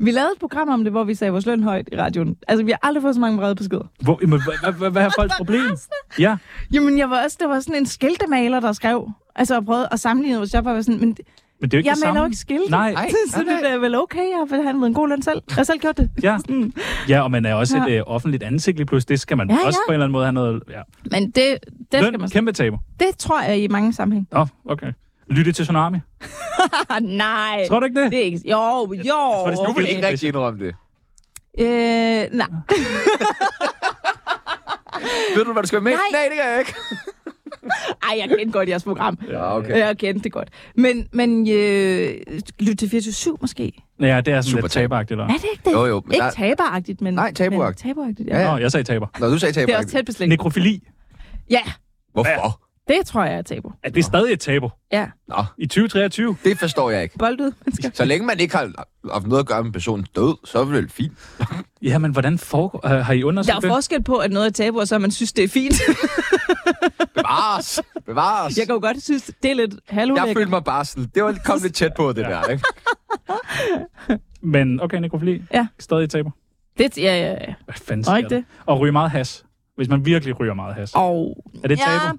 Vi lavede et program om det, hvor vi sagde vores løn højt i radioen. Altså, vi har aldrig fået så mange vrede beskeder.
Hvor, jamen, hvad, hvad, hvad er folks problem? Ja,
Jamen, jeg var også, der var sådan en skiltemaler, der skrev, altså og prøvede at sammenligne vores job, og jeg var sådan, men
men det er jo ikke
jeg
det samme.
maler jo ikke skilte.
Nej,
Nej,
Så
nej,
det er vel okay, jeg har handlet en god løn selv. Jeg har selv gjort det.
ja. ja, og man er også
Ja.
et øh, offentligt ansigt lige pludselig. Det skal man
Ja,
også
ja.
på en eller anden måde have noget... Ja.
Men det, det, skal
Løn,
man,
kæmpe tabu.
det tror jeg i mange sammenhæng.
Nå, okay. Lytte til Tsunami.
Ah, nej.
Tror du ikke det?
Det er ikke... Jo, jo.
tror, det er
Du vil
Okay.
ikke rigtig indrømme det.
øh, nej.
Ved du, hvad du skal være med?
Nej.
Nej, det gør jeg ikke.
Ej, jeg kendte godt jeres program.
Ja, okay.
Jeg kendte det godt. Men, men øh, lyt til 24-7 måske.
Ja, det er sådan
Super
lidt
tab.
taberagtigt. Der.
Er det ikke det?
Jo, jo, men
ikke
der-
taberagtigt, men...
Nej, taberagtigt.
Men taberagtigt, ja.
Ja,
ja.
ja.
Nå, jeg sagde taber.
Når du sagde taber,
Det er også tæt beslægtet.
Nekrofili,
Ja,
hvorfor?
det tror jeg er tabu.
er det stadig et tabu?
Ja.
Nå,
I 2023?
det forstår jeg ikke.
Bold ud, mennesker.
Så længe man ikke har haft noget at gøre med personens død, så er det vel fint.
Ja, men hvordan foregår... øh, Har I
Der er
undersøgt
jo
det?
forskel på, at noget er tabu, og så at man synes, det er fint.
Bevares! Bevares!
jeg kan jo godt synes, det er lidt
jeg
halvulækkert.
følte mig bare sådan, det var kom lidt tæt på det der, ikke?
Men okay, nekrofili,
Ja.
stadig et tabu.
Det, ja, ja, ja.
Hvad fanden
Og
sker
ikke
der?
det?
Og ryge meget has. Hvis man virkelig ryger meget has.
Og...
Er det et
ja,
tabu?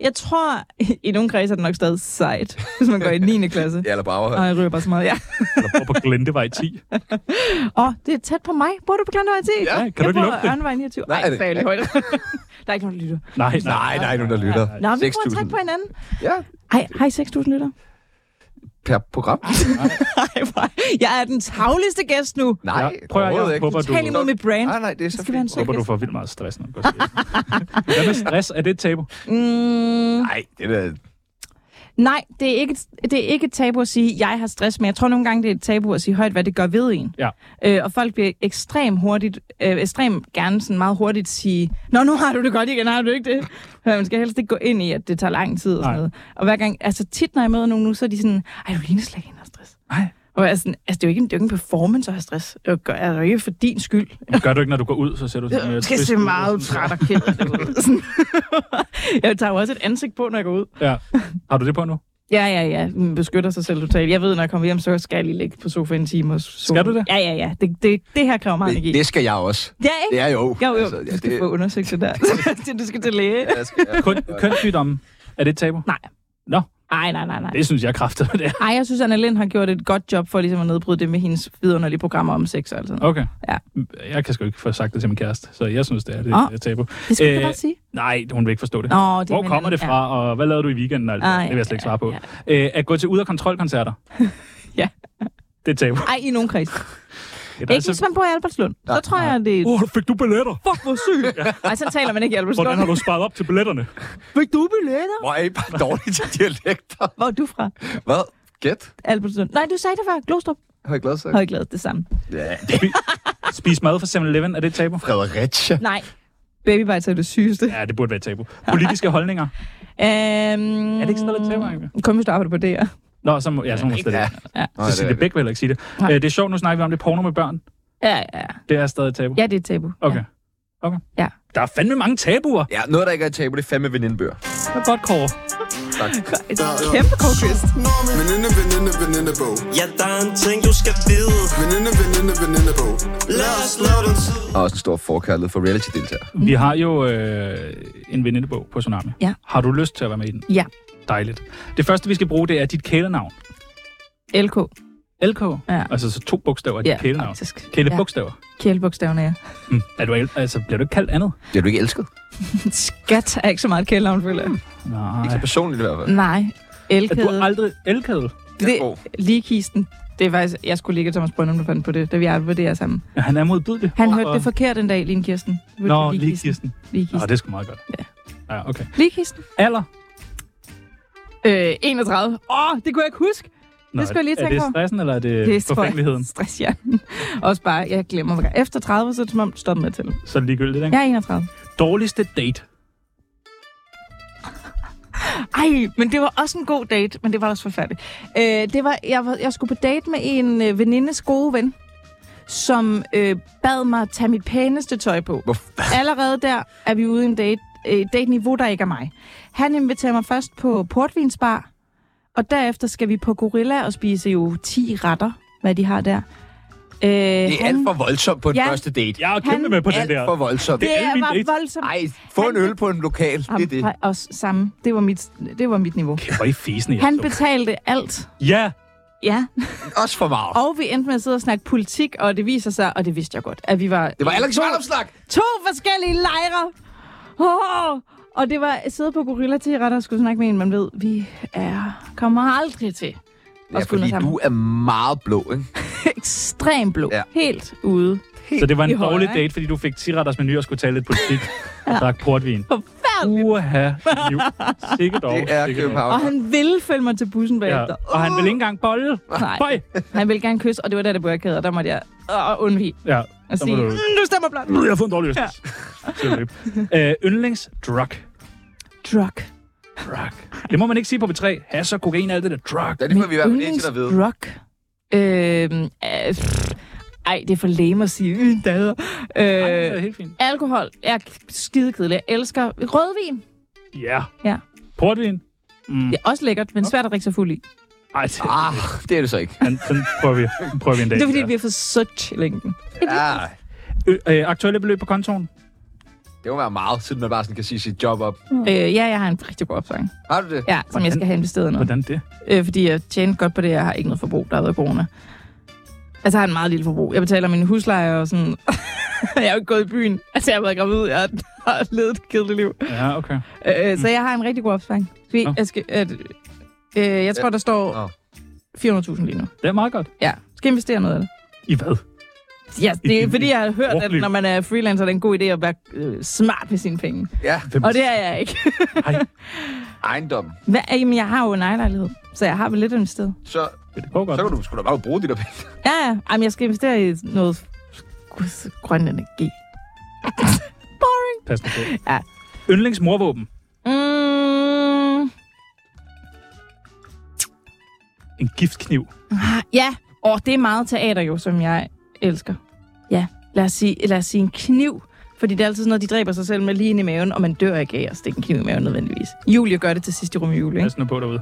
jeg tror, i nogle kredse er det nok stadig sejt, hvis man går i 9. klasse.
Ja, eller
Og
bare
jeg ryger bare så meget, ja.
Eller bor på Glendevej 10.
Åh, det er tæt på mig. Bor du på Glendøj 10?
Ja,
kan du ikke
jeg
lugte det?
Jeg bor Ørnevejen 29.
Nej,
Nej,
er
det
det-
er højt. Der er ikke nogen, der lytter.
Nej,
Nej, der er nogen, der lytter.
Nå, vi prøver at
6.000.
trække på hinanden.
Ja,
Ej, hej 6.000 lytter.
per program.
Ej, hvor- jeg er den tavligste gæst nu.
Nej,
Ja, prøv at jeg
overhovedet ikke.
håber, du...
Tal imod mit brand.
Nej, nej, det er så
skal være en
fint.
sød
håber, du får vildt meget stress. Når du går til lægen. Hvad med stress? Er det et tabu?
Mm,
Nej, det er da-
nej, det er, ikke, et- det er ikke et tabu at sige, jeg har stress, men jeg tror nogle gange, det er et tabu at sige højt, hvad det gør ved en.
Ja.
Øh, og folk bliver ekstremt hurtigt, øh, ekstremt gerne sådan meget hurtigt sige, Nå, nu har du det godt igen, har du ikke det? Men man skal helst ikke gå ind i, at det tager lang tid og sådan
Nej.
noget. Og hver gang, altså tit, når jeg møder nogen nu, så er de sådan, ej, du ligner slet ikke en, der har stress.
Nej.
Og jeg er sådan, altså, det er jo ikke, en- det er jo ikke en performance at have stress. Det er jo gør- er jo ikke for din skyld.
Men Gør du ikke, når du går ud, så ser du sådan mere altså.
Jeg skal se meget træt og ked af det ud. Sådan. Jeg tager jo også et ansigt på, når jeg går ud.
Ja. Har du det på nu?
Ja, ja, ja. Man beskytter sig selv totalt. Jeg ved, når jeg kommer hjem, så skal jeg lige ligge på sofaen en time. Og sove.
Skal du det?
Ja, ja, ja. Det, det, det her kræver meget energi.
det, det skal jeg også.
ja,
Det
ikke?
er jo.
Jo, jo.
Altså, ja,
du skal
det-
få undersøgt det der. Det- du skal til læge.
Jeg skal- ja.
Kun, kønssygdomme. Er det et tabu?
Nej.
Nå,
Nej, nej, nej, nej.
det synes jeg kraftigt, det er.
Ej, jeg synes, Anna Lind har gjort et godt job for ligesom at nedbryde det med hendes vidunderlige programmer om sex altså. og alt sådan noget.
Okay.
Ja.
Jeg kan sgu ikke få sagt det til min kæreste, så jeg synes, det er det
Åh.
oh. tabu.
Det skal du
Øh,
bare sige.
Nej, hun vil ikke forstå det.
Nå, det
Hvor
mener
kommer
jeg.
det fra, og hvad lavede du i weekenden? Og alt det der?
Ej,
det vil jeg slet ikke
ja,
svare på. Øh, at gå til ud- og kontrolkoncerter.
Ja.
Det er tabu.
Ja. Ej, i nogen kreds.
Det
Ikke hvis man bor i Albertslund. Så tror jeg, det er...
Åh, oh, fik du billetter?
Fuck, hvor sygt. Ej, så taler man ikke i Albertslund.
Hvordan har du sparet op til billetterne?
Fik du billetter?
Hvor er I bare dårlige til dialekter?
Hvor er du fra?
Hvad? Gæt?
Albertslund. Nej, du sagde det før. Glostrup.
Har I glad sagt?
Høj glad, det samme.
Ja,
Spis mad fra 7-Eleven, er det et tabu?
Fredericia.
Nej. Babybites er det sygeste.
Ja, det burde være et tabu. Politiske holdninger.
Øhm,
Er det ikke sådan noget lidt tabu, egentlig?
Kun hvis du arbejder på det, ja.
Nå, så må, ja, så må man slet
Ja.
ikke.
Ja.
Nå,
Cecilie
det er
Bæk vil heller ikke sige det. Øh,
Nej.
det er sjovt, nu snakker vi om det porno med børn.
Ja, ja.
Det er stadig et tabu.
Ja, det er et tabu.
Okay.
Ja.
Okay.
Ja.
Der er fandme mange tabuer.
Ja, noget, der ikke er et tabu, det er fandme venindebøger.
Det er godt, Kåre.
Tak.
Et kæmpe kokvist.
Veninde, veninde, venindebog.
Ja, der er en ting, du skal vide
Veninde, veninde, venindebog.
Lad os slå den tid
Og også en stor forkærlighed for reality-deltager.
Vi har jo øh, en venindebog på Tsunami.
Mm. Ja.
Har du lyst til at være med i den?
Ja.
Dejligt. Det første, vi skal bruge, det er dit kælenavn.
LK.
LK.
Ja.
Altså så to bogstaver af dit kælenavn.
faktisk.
Kælebogstaver.
Ja. Kælebuksdavne, ja.
Mm. Er du, el- altså, bliver du ikke kaldt andet?
Det er du ikke elsket?
Skat er ikke så meget et kælenavn, føler jeg.
Nej.
Ikke så personligt i hvert fald.
Nej.
Mm. Er du
Elkæde.
aldrig elkæde?
Det,
god.
lige kisten. Det er faktisk, jeg skulle ligge Thomas Brøndum, der fandt på det, da vi arbejder sammen.
Ja, han er modbydelig.
Han
Og-
hørte det forkert en dag, Line Kirsten.
Nå, lige Kirsten.
Lige
Nå,
kisten.
det er sgu meget godt.
Ja.
Ja, okay.
Lige kisten.
Alder?
Øh, 31. Åh, oh, det kunne jeg ikke huske.
Nå,
Det skulle jeg lige
Er
tænke
det
over.
stressen, eller er det,
Det er
Øh, forfængeligheden?
stress, ja. Også bare, jeg glemmer hver gang. Efter 30, så er det som om, stop med at tælle.
Så er det ligegyldigt, ikke?
Jeg er 31.
Dårligste date?
Ej, men det var også en god date, men det var også forfærdeligt. Øh, det var, jeg, var, jeg skulle på date med en øh, venindes gode ven, som øh, bad mig at tage mit pæneste tøj på.
Hvorfor?
Allerede der er vi ude i en date, øh, date-niveau, der ikke er mig. Han inviterer mig først på portvinsbar, og derefter skal vi på Gorilla og spise jo 10 retter, hvad de har der. Øh,
Det er alt for voldsomt på en
Ja.
første date.
Jeg er kæmpe
Han-
med på den
Alt
der.
for voldsomt.
Det-
det
er alle mine
var
dates.
voldsomt.
Ej, få en
Han-
øl på en lokal. Det er det.
Ham- Også samme. Det var mit, det var mit niveau.
Kæft, hvor er I fæsende,
Han
altså.
betalte alt.
Ja,
Ja.
Også for meget.
Og vi endte med at sidde og snakke politik, og det viser sig, og det vidste jeg godt, at vi var...
Det var Alex Vandopslag.
To forskellige lejre! Oh, og det var at sidde på Gorilla til ret og skulle snakke med en, man ved, vi er, kommer aldrig til
Ja,
at skulle
fordi
noget sammen.
du er meget blå, ikke?
Ekstrem blå.
Ja.
Ja. Helt ude.
så det var en
i højre,
dårlig
ikke?
date, fordi du fik 10 retters menu og skulle tale lidt politik. Og drak portvin.
forfærdeligt.
Uha, liv. Sikkert dog.
Det er
sikkert dog.
København.
Og han ville følge mig til bussen
Ja.
bagefter.
Og han vil ikke engang bolle.
Nej.
Bøj.
Han ville gerne kysse, og det var der, det blev akavet, og der måtte jeg øh, undvige
Ja,
at
der
sige,
må du...
"Mm, du stemmer blot.
Nu har jeg fået en dårlig øst.
Ja.
Ja. Øh, yndlingsdrug.
Drug.
Drug. Det må man ikke sige på B3. Has og kokain, alt det der drug.
Ja, det får vi i hvert fald ikke til at vide.
Yndlingsdrug. Øhm, øh, pff, ej, det er for lame at sige. Øh, dader.
Ej, det er
Øh,
helt fint.
alkohol er skidekedelig. Jeg elsker rødvin.
Ja.
Ja.
Portvin. Mm.
Det er også lækkert, men svært at drikke sig fuld i.
Ej, det,
Ah, det er det så ikke.
den, den prøver vi, den prøver vi en dag.
Det er fordi,
ja.
vi har fået such i længden.
Ja,
Ø- øh, aktuelle beløb på kontoen?
Ah, det må være meget, siden man bare sådan kan sige sit job op.
Øh, ja, jeg har en rigtig god opsang,
Har du det?
ja, som jeg skal have investeret i noget.
Hvordan det?
øh, fordi jeg tjente godt på det, jeg har ikke noget forbrug, der har været corona. Altså, jeg har en meget lille forbrug. Jeg betaler min husleje og sådan... jeg er jo ikke gået i byen. Altså, jeg har været gravid, jeg har levet et kedeligt liv.
Ja, okay.
Øh, så jeg har en rigtig god opsang. Fordi
Mm. Nå.
jeg, skal, at, øh, jeg tror, der
Nå.
står 400.000 lige nu.
Det er meget godt.
Ja, skal investere noget af det.
I hvad?
Ja, det er
dit
fordi, jeg har hørt, at
brugliv.
når man er freelancer, er det en god idé at være øh, smart med sine penge.
Ja,
Hvem,
Og det er jeg ikke.
ejendom.
Hvad, jamen, jeg har jo en ejerlejlighed, så jeg har vel lidt investeret.
Så,
det går godt.
så kan du sgu da bare bruge de der penge.
Ja, ja. Jamen, jeg skal investere i noget gud, grøn energi. Boring.
Pas nu på.
Ja.
Yndlingsmorvåben.
Mm,
En giftkniv.
ja, og det er meget teater jo, som jeg elsker. Ja, lad os sige, lad os sige en kniv. Fordi det er altid sådan noget, de dræber sig selv med lige ind i maven, og man dør ikke af at stikke en kniv i maven nødvendigvis. Julie gør det til sidst i Romeo ikke?
Pas nu på derude.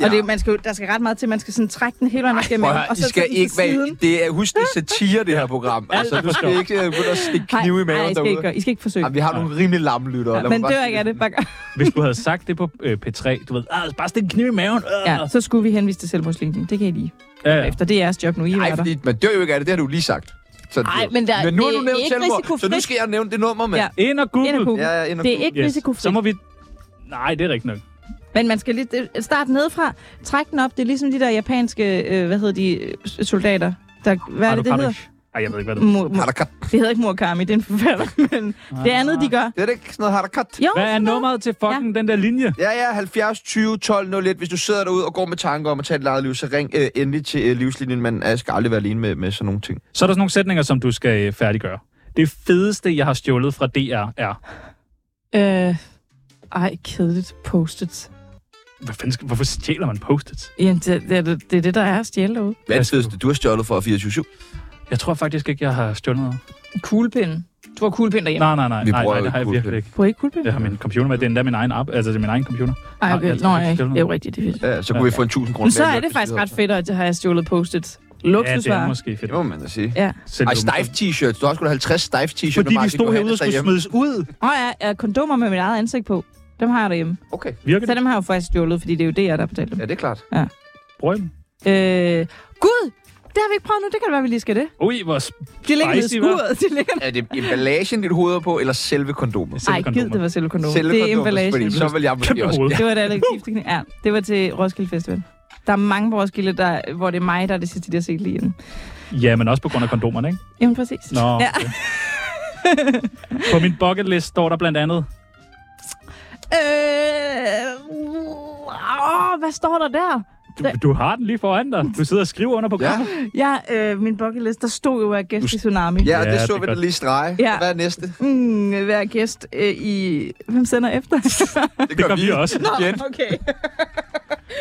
Ja. Og det, man skal, jo- der skal ret meget til, man skal sådan trække den hele vejen op gennem
Prøv at
maven,
høre,
og
I skal
tage den
ikke
fra
være...
siden.
Det er, husk, det er satire, det her program. Altså, du skal ikke øh, begynde at stikke kniv i
Ej, ej, I
maven
skal ikke,
derude.
gøre- I skal ikke forsøge.
Jamen, vi har nogle rimelig lamme lyttere.
Ja,
lad mig
man
bare
dør
sige
ikke af det. Bare gør-
Hvis du havde sagt det på øh, P3, du ved, "Ah, bare stik en kniv i maven. Øh.
Ja, så skulle vi henvise til selvmordslinjen. Det kan I lige.
Ja, ja.
Efter det er jeres job nu, I
Nej,
er der.
fordi man dør jo ikke af det, det har du lige sagt. Så,
Ej, men der-
men nu har
det
du
er
nævnt
ikke
selvmord, så
risikofrit.
nu skal jeg nævne det nummer, med.
Ja.
Ind og
Ind og
Google.
Google.
Ja, ja, ind og
det er
Google.
ikke yes. risikofrit.
Så må vi... Nej, det er rigtigt nok.
Men man skal lidt øh, starte nedefra. Træk den op. Det er ligesom de der japanske, øh, hvad hedder de, øh, s- soldater. Der, hvad er det, det hedder?
Ej, jeg ved ikke, hvad det
Mur, mur,
Harakat.
det hedder ikke Murakami, det er en forfatter, men det andet, de gør.
Det er da ikke sådan noget harakat.
Jo,
Hvad er
sådan noget.
nummeret til fucking den der linje?
Ja, ja, 70 20 12 01. Hvis du sidder derude og går med tanker om at tage et lejet liv, så ring øh, endelig til øh, livslinjen. Man øh, skal aldrig være alene med, med sådan nogle ting.
Så er der sådan nogle sætninger, som du skal øh, færdiggøre. Det fedeste, jeg har stjålet fra DR, er...
Øh, ej, kedeligt. Post-its.
Hvad fanden skal, hvorfor stjæler man post-its?
Jamen, det, det, er det, det er det, der er at stjæle derude.
Hvad er
Jeg
det
skal-
fedeste, du har stjålet for Øh, 24
Jeg tror faktisk ikke, jeg har stjålet noget.
Kuglepinde. Du har kuglepinde derhjemme.
Nej, nej, nej.
Vi
nej,
bruger
nej,
jo
det har jeg
ikke
virkelig ikke.
Du har ikke kuglepinde?
Jeg har min computer med. Det er endda min egen app. Altså, det er min egen computer.
Ej, okay.
Nej, altså, jeg
Nå,
har ikke
ja,
stjålet
det er jo rigtigt, det er fedt.
Ja, så kunne vi få en 1000 kroner
Men så
mere i
er
løn,
det
hvis
faktisk
vi
ret fedt, at jeg har stjålet post-its.
Ja, det er
Luksusvarer.
måske fedt.
Det må man da sige.
Ja.
Selv
Ej,
du-
stejf t-shirts. Du har sgu da 50 stejf t-shirts.
Fordi vi stod herude og skulle smides ud.
Og ja, jeg har kondomer med mit eget ansigt på. Dem har jeg derhjemme.
Okay,
Så
Virker det?
dem har jeg jo faktisk stjålet, fordi det er jo det, jeg der betalte dem.
ja, det er klart.
Bruger I dem?
Øh, Gud! Det har vi ikke prøvet nu. Det kan det være, vi lige skal det.
Ui, hvor sp-
De ligger nede i
Spicy, hva'?
skuret. De ligger...
Er det emballagen, dit hoved er på, eller selve kondomet?
Selve
Ej, gid,
kondomer.
det var selve kondomer.
Selve
det er
kondomet,
emballagen.
Fordi så vil jeg måske
Kæmpe
også...
hoved.
Ja.
Det var da alle gifteknik. Ja, det var til Roskilde Festival. Der er mange på Roskilde, der, hvor det er mig, der er det sidste, de har set lige inden.
Ja, men også på grund af kondomerne, ikke?
Jamen, præcis.
Nå,
Ja.
okay. På min bucket list står der blandt andet...
Øh, åh, hvad står der der?
Du,
Det-
du har den lige foran dig. Du sidder og skriver under på
Ja,
programmet.
Ja, øh, min bucket list, der stod jo, at jeg er gæst i Tsunami.
ja,
Ja,
det så
det er
vi da
godt.
lige strege.
Ja.
Hvad er næste?
Mm, være gæst øh, i... Hvem sender efter?
Det
gør vi også.
Igen.
okay.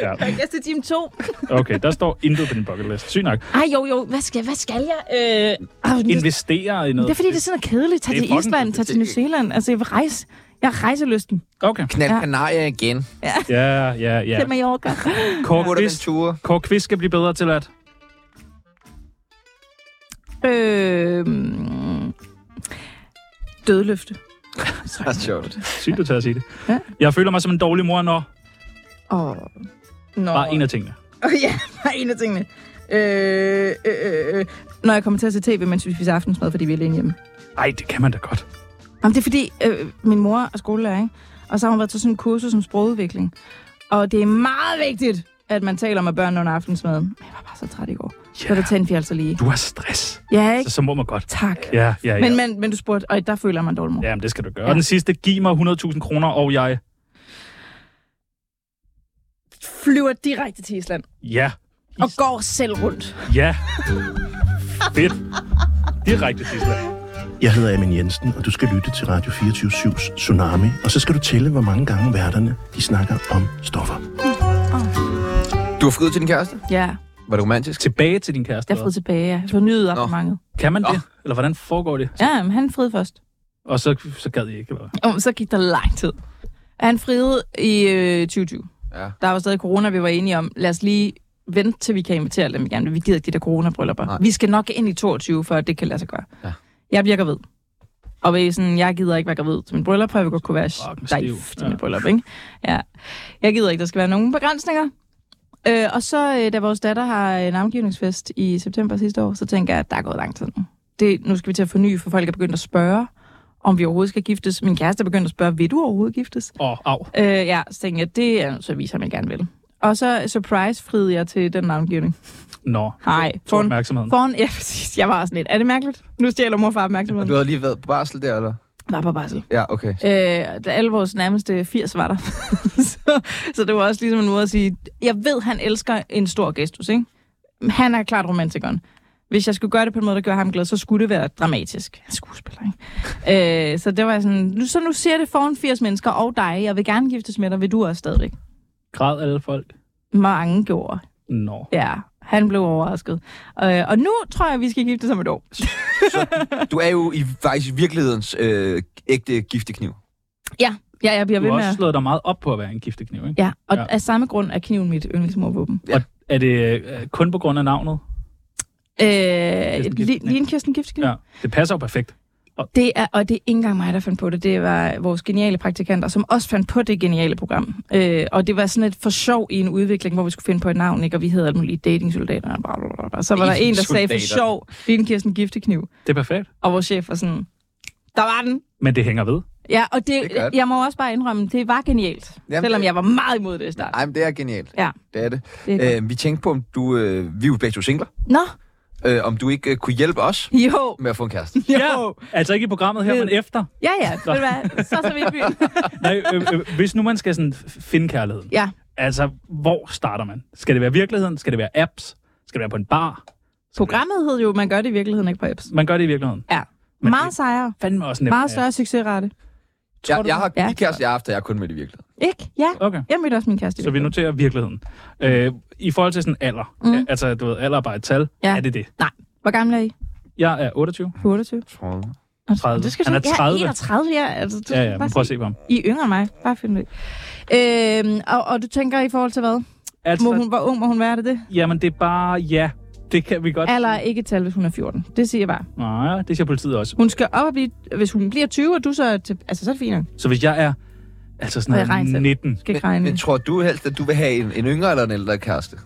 Ja.
Være gæst i time 2.
Okay, der står intet på din bucket list. Sygt nok.
Ej, jo, jo. Hvad skal, hvad skal jeg? Øh, au, det, det
Investere i noget.
er fordi, det er sådan noget kedeligt. Tag
Det er
til
fucking
Island, tag til New Zealand. Altså, jeg vil rejse. Jeg har rejseløsten.
Okay.
Knald
Ja.
Kanarier igen.
Ja, ja, ja.
Ja. Til Mallorca.
Kåre Kvist,
Portaventura.
Kåre Kvist skal blive bedre til at...
øh, mm, dødløfte.
Det er sjovt.
Sygt, du tager at sige det.
Ja.
Jeg føler mig som en dårlig mor, når...
Og... Nå.
Bare en af tingene.
Oh, ja, bare en af tingene. Øh, øh, øh, øh. Når jeg kommer til at se tv, mens vi spiser aftensmad, fordi vi er alene hjemme.
Ej, det kan man da godt.
Jamen, det er fordi, øh, min mor er skolelærer, ikke? Og så har hun været til sådan en kursus om sprogudvikling. Og det er meget vigtigt, at man taler med børn under aftensmaden. Jeg var bare så træt i går. Yeah. Så der tændte vi altså lige.
Du har stress.
Ja, ikke?
Så, så må man godt.
Tak.
Ja, ja, ja.
Men, men, men du spurgte, og der føler man dårlig mor.
Jamen, det skal du gøre.
Ja.
Og den sidste, giv mig 100.000 kroner, og jeg...
Flyver direkte til Island.
Ja,
Og går selv rundt.
ja. Fedt. Direkte til Island.
Jeg hedder Amin Jensen, og du skal lytte til Radio 24-7's Tsunami. Og så skal du tælle, hvor mange gange værterne de snakker om stoffer.
Du har friet til din kæreste?
Ja,
Var det romantisk?
Tilbage til din kæreste.
jeg er fri tilbage. Jeg har fornyet abonnementet.
Kan man det? Eller hvordan foregår det?
Ja, men han friede først.
Og så, så gad jeg ikke, eller hvad?
Oh, så gik der lang tid. Han friede i øh, 2020.
Ja.
Der var stadig corona, vi var enige om. Lad os lige vente, til vi kan invitere dem igen. Vi gider ikke de der coronabryllupper.
Nej.
Vi skal nok ind i 22, for at det kan lade sig gøre.
Ja.
Jeg bliver gravid. Og ved sådan, jeg gider ikke være gravid til min bryllup, for jeg vil godt kunne være
Fucking stiv.
stejf til ja.
Ja.
min bryllup, ikke? Ja. Jeg gider ikke, der skal være nogen begrænsninger. Øh, og så, øh, da vores datter har en navngivningsfest i september sidste år, så tænker jeg, at der er gået lang tid nu. Det, nu skal vi til at forny, for folk er begyndt at spørge, om vi overhovedet skal giftes. Min kæreste er begyndt at spørge, vil du overhovedet giftes?
Åh, au.
Øh, ja, så tænkte jeg, det er så viser, man gerne vil. Og så surprise friede jeg til den navngivning.
Nå.
Nej,
Tog
foran,
opmærksomheden.
foran, ja, præcis. Jeg var også sådan lidt, er det mærkeligt? Nu stjæler mor og far
Og
opmærksomheden.
du havde lige været på barsel der, eller?
Var på barsel.
Ja, okay.
Øh, da alle vores nærmeste 80 var der. så, så det var også ligesom en måde at sige, jeg ved, han elsker en stor gestus, ikke? Han er klart romantikeren. Hvis jeg skulle gøre det på en måde, der gjorde ham glad, så skulle det være dramatisk. Han er skuespiller, ikke? Øh, så det var jeg sådan, nu, så nu ser jeg det foran 80 mennesker og dig. Jeg vil gerne giftes med dig, vil du også stadigvæk?
Græd alle folk.
Mange gjorde.
Nå.
Ja, han blev overrasket. Øh, og nu tror jeg, vi skal gifte som et år.
Du er jo i faktisk virkelighedens øh, ægte giftekniv.
Ja, ja jeg bliver
Du
ved
har
med
også
at...
slået dig meget op på at være en giftekniv, ikke?
Ja, og
Ja.
ja. af samme grund er kniven mit yndlingsmordvåben.
Ja.
Og er det øh, kun på grund af navnet?
Øh,
Kirsten
li-
Giftekniv.
lige en Kirsten Giftekniv. Ja.
Ja. Det passer jo perfekt.
Det er, og det er ikke engang mig, der fandt på det. Det var vores geniale praktikanter, som også fandt på det geniale program. Øh, og det var sådan et for sjov i en udvikling, hvor vi skulle finde på et navn, ikke? og vi havde alle mulige datingsoldater. og bla, bla, bla, bla. Så var der en, der sagde for
Datingsoldater.
sjov, lige en Kirsten Giftekniv.
Det er perfekt.
Og vores chef var sådan, der var den.
Men det hænger ved.
Ja, og det,
Det gør
det
det.
jeg må også bare indrømme, det var genialt.
Jamen,
Jamen, selvom
det-
jeg var meget imod det i starten.
Ej, men det er genialt.
Ja,
Det er det.
det er
Øh, vi tænkte på, om du... Øh, vi er jo begge to singler.
Nå,
Øh, om du ikke øh, kunne hjælpe os
jo.
med at få en kæreste.
Jo.
Altså ikke i programmet her, men efter.
Ja, ja. Ved du hvad? Så så vi i byen.
Nej, øh, øh, hvis nu man skal sådan f- finde kærligheden.
Ja.
Altså, hvor starter man? Skal det være virkeligheden? Skal det være apps? Skal det være på en bar?
Programmet hed jo, man gør det i virkeligheden ikke på apps.
Man gør det i virkeligheden.
Ja.
Men
meget sejere.
Fandme også nemt.
Meget større succesrate.
Jeg, jeg har
Ja.
de kæreste, jeg har haft, jeg har kun mødt i virkeligheden.
Ikke? Ja.
Okay.
Jeg mødte også min kæreste. i
Så vi
virkeligheden.
noterer virkeligheden. Øh, I forhold til sådan alder.
Mm.
Mm. Altså, du ved, alder er bare et tal.
Ja.
Er det det?
Hvor gammel er I?
Jeg er 28.
Du er 28? Nå,
30.
Det skal du
Han er
ikke. Jeg
30.
31, ja. Altså, du
Ja, ja, men prøv at se på ham.
I er yngre end mig. Bare find det. Øhm, og, og, du tænker i forhold til hvad? Må
Altså,
hun, hvor ung må hun være, er det det?
jamen det er bare, ja, det kan vi godt.
Alder er ikke et tal, hvis hun er 14. Det siger jeg bare.
Nej, det siger politiet også.
Hun skal op og blive... Hvis hun bliver 20, og du så er til, Altså, så er det fint. nok.
Så hvis jeg er altså
Må jeg
sådan
regne
noget
selv?
19,
Skal ikke
Men,
regne.
men tror du helst, at du vil have en, en yngre eller en ældre kæreste?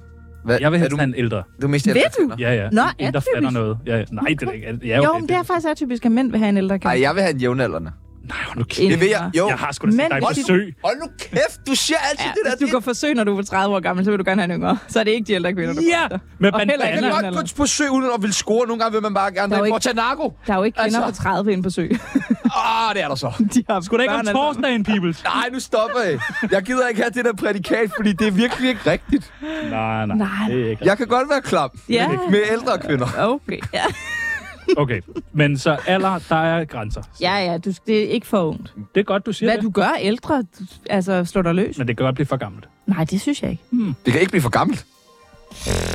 Hvad,
jeg
hvad er
vil helst
du,
have en ældre.
du er mest
Vil
ældre
du?
kvinder.
Ja, ja.
Nå,
en, der
atypisk.
fatter noget. Ja, ja. Nej, det er det ikke. Ja, okay.
Jo, men det er faktisk atypisk, at mænd vil have en ældre
Nej,
kæreste.
jeg vil have en jævnaldrende.
Nej, hold nu kæft.
Det vil jeg. Jo.
Jeg har sgu da
Men
set dig på
hvis du-
sø.
Hold nu kæft, du siger altid
Ja,
det der.
Altså, hvis du
det-
går forsøg, når du er 30 år gammel, så vil du gerne have en yngre. Så er det ikke de ældre kvinder, du
Ja,
koster.
med
Og heller ikke
Jeg kan
bandana.
Anna,
godt gå på sø uden at ville score. Nogle gange vil man bare gerne
Der er jo
have
ikke-
for tage narko.
Der er jo ikke kvinder
Altså.
på 30 inde på sø.
Åh, Ah, det er der så.
De har
Skulle da ikke om
børn altså. alle sammen.
torsdagen, peoples?
Nej, nu stopper jeg. Jeg gider ikke have det der prædikat, fordi det er virkelig ikke rigtigt.
Nej, nej.
Nej.
Det er ikke
Jeg kan godt være klam
Ja.
med ældre kvinder.
Okay. Ja,
Okay, men så alder, der er grænser.
ja, ja du, det er ikke for ungt.
Det er godt, du siger
Hvad
det.
du gør ældre, du- altså slår dig løs.
Men det kan godt blive for gammelt.
Nej, det synes jeg ikke.
Det kan ikke blive for gammelt.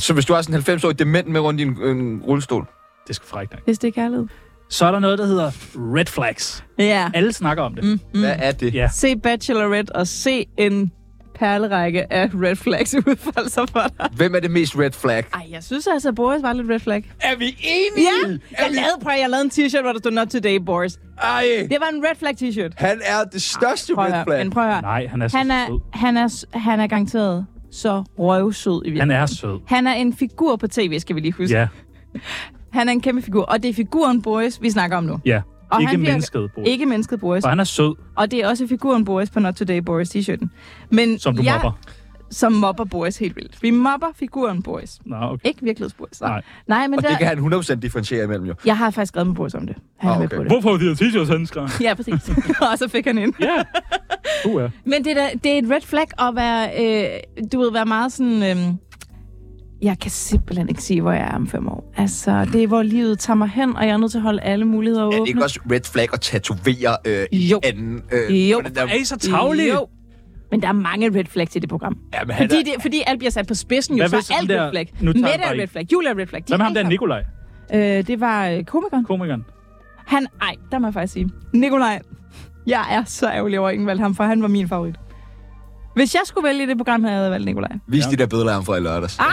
Så hvis du har sådan en 90-årig dement med rundt i en, en rullestol.
Det er sgu frækt nok.
Hvis det er kærlighed.
Så er der noget, der hedder red flags.
Ja.
Alle snakker om det. Mm.
Hvad er det?
Ja.
Se Bachelorette og se en perlerække af red flags udfolde sig for dig.
Hvem er det mest red flag?
Ej, jeg synes altså, at Boris var lidt red flag.
Er vi enige?
Ja, jeg lavede, prøv, at- jeg lavede en t-shirt, hvor der stod Not Today, Boris.
Ej,
Det var en red flag t-shirt.
han er det største
Prøv at
red
høre,
flag.
men prøv at høre.
Nej, han er så
Han er,
sød.
han er, s- han er garanteret så røvsød i
Han
virkeligheden.
er sød.
Han er en figur på tv, skal vi lige huske.
Ja,
Han er en kæmpe figur, og det er figuren Boris, vi snakker om nu.
ja.
Og
ikke
han virker-
mennesket, Bo.
Ikke mennesket Boris.
For han er sød,
Og det er også figuren Boris på Not Today Boris t-shirten. Men
som du
jeg,
mobber.
som mobber Boris helt vildt. Vi mobber figuren Boris.
Nå, okay.
Ikke virkeligheds Boris.
Nej.
Nej, men
Og
der,
det kan han 100% differentiere imellem jo.
jeg har faktisk skrevet med Boris om det. Han er
Ah,
med
okay.
på det.
Hvorfor har de her t-shirts handsker?
Ja, præcis. og så fik han ind.
Ja. Uh, ja.
Men det er, da- det er et red flag at være, øh, du ved, være meget sådan... Øh, jeg kan simpelthen ikke sige, hvor jeg er om fem år. Altså, det er, hvor livet tager mig hen, og jeg er nødt til at holde alle muligheder
Er det
åbne.
ikke også red flag at tatovere øh, i
Jo.
anden? Øh,
Jo.
på den Der,
Er I så tavlige?
Jo. Men der er mange red flags i det program.
jamen, han
Fordi,
er,
det, fordi alt bliver sat på spidsen, jo,
Hvad
så
hvis
er alt
den
der,
der-
red flag.
nu tager jeg
Mette er
bare
red
ikke-
flag, Julia er red flag. De
Hvad med ham
alle
der,
sammen.
Nikolaj?
Øh, det var øh, komikeren.
Komikeren.
Han, ej, der må jeg faktisk sige. Nikolaj, jeg er så ærgerlig over, at ingen valgte ham, for han var min favorit. Hvis jeg skulle vælge det program, havde jeg valgt Nikolaj.
vis de der billeder af ham fra i lørdags.
Ej,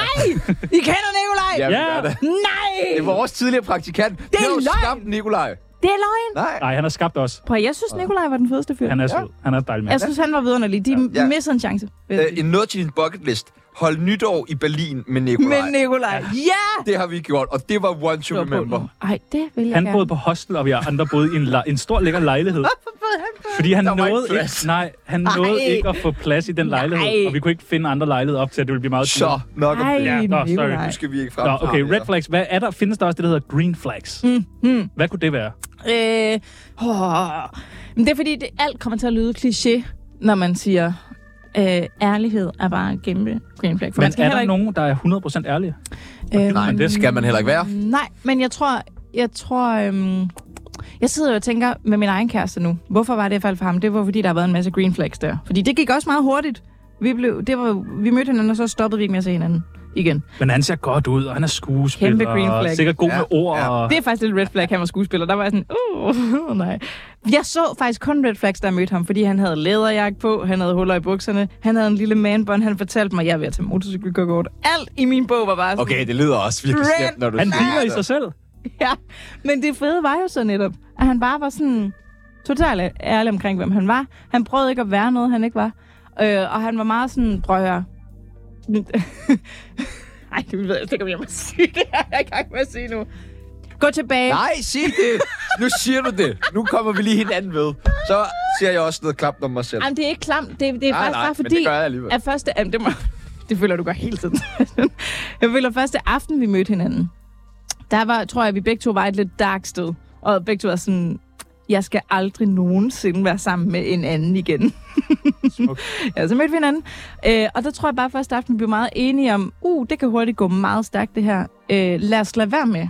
I kender Nikolaj!
Ja, vi
Ja.
gør det.
Nej!
Det er vores tidligere praktikant. Det
er løgn!
skabt Nikolaj.
Det er løgn!
Nej.
Nej, han har skabt os.
Prøv, jeg synes, Nikolaj var den fedeste fyr.
Han er sød. Han er dejlig mand.
Jeg synes, han var vidunderlig. De
Ja.
ja. missede en chance. vil jeg
Øh,
sige.
en noget til din bucket list. Hold nytår i Berlin med
Men
Nikolaj.
Nikolaj, ja!
Det har vi gjort, og det var one to remember.
Ej, det vil jeg
Han
gerne.
boede på hostel, og vi andre boede i en, la- en stor lækker lejlighed. Fordi han
Der var
nåede
ikke
ikke,
plads.
nej, han nåede
Ej.
ikke at få plads i den lejlighed,
Nej.
og vi kunne ikke finde andre lejligheder op til, at det ville blive meget
Så nok om
Ej,
det.
Ja, nå, sorry.
Nikolaj.
Nu skal vi ikke frem. altså.
Nå, okay, red flags. Hvad er der? Findes der også det, der hedder green flags? Mm, mm. Hvad kunne det være?
Øh, åh. Men det er fordi, det, alt kommer til at lyde kliché, når man siger, øh, ærlighed er bare en kæmpe green flag. For
Men
man skal
er
heller
der
ikke,
nogen, der er 100% ærlige?
nogen?
Nej, det skal man heller ikke være.
Øhm, Nej, men jeg tror, jeg tror, øhm, jeg sidder jo og tænker med min egen kæreste nu. Hvorfor var det, jeg faldt for ham? Det var, fordi der har været en masse green flags der. Fordi det gik også meget hurtigt. Vi, blev, det var, vi mødte hinanden, og så stoppede vi ikke med at se hinanden igen.
Men han ser godt ud, og han er skuespiller,
Kæmpe green
og
flag.
sikkert god
Ja,
med ord.
ja.
Og...
Det er faktisk lidt red flag, han var skuespiller. Der var jeg sådan, uh, uh, nej. Jeg så faktisk kun red flags, der mødte ham, fordi han havde læderjakke på, han havde huller i bukserne, han havde en lille manbånd, han fortalte mig, jeg er ved at tage motorcykelkort. Alt i min bog var bare sådan,
Okay, det lyder også virkelig
Red
slemt, når du
Han ligner i
det.
sig selv.
ja. Men det fede var jo så netop, at han bare var sådan totalt ærlig omkring, hvem han var. Han prøvede ikke at være noget, han ikke var. Øh, og han var meget sådan, prøv at høre. Ej, det ved jeg slet ikke, om jeg må sige det. Jeg er i gang med at sige nu. Gå tilbage.
Nej, sig det. Nu siger du det. Nu kommer vi lige hinanden ved. Så siger jeg også noget klamt om mig selv.
Jamen, det er ikke klamt. Det, det
Nej,
er faktisk
nej,
bare
men
fordi,
det gør jeg alligevel.
at første... Jamen, det, må, det føler du gør hele tiden. jeg føler, første aften, vi mødte hinanden, der var, tror jeg, vi begge to var et lidt dark sted. Og begge to var sådan, jeg skal aldrig nogensinde være sammen med en anden igen. ja, så mødte vi hinanden. Øh, og der tror jeg bare, første aften, vi blev meget enige om, uh, det kan hurtigt gå meget stærkt, det her. Øh, lad os lade være med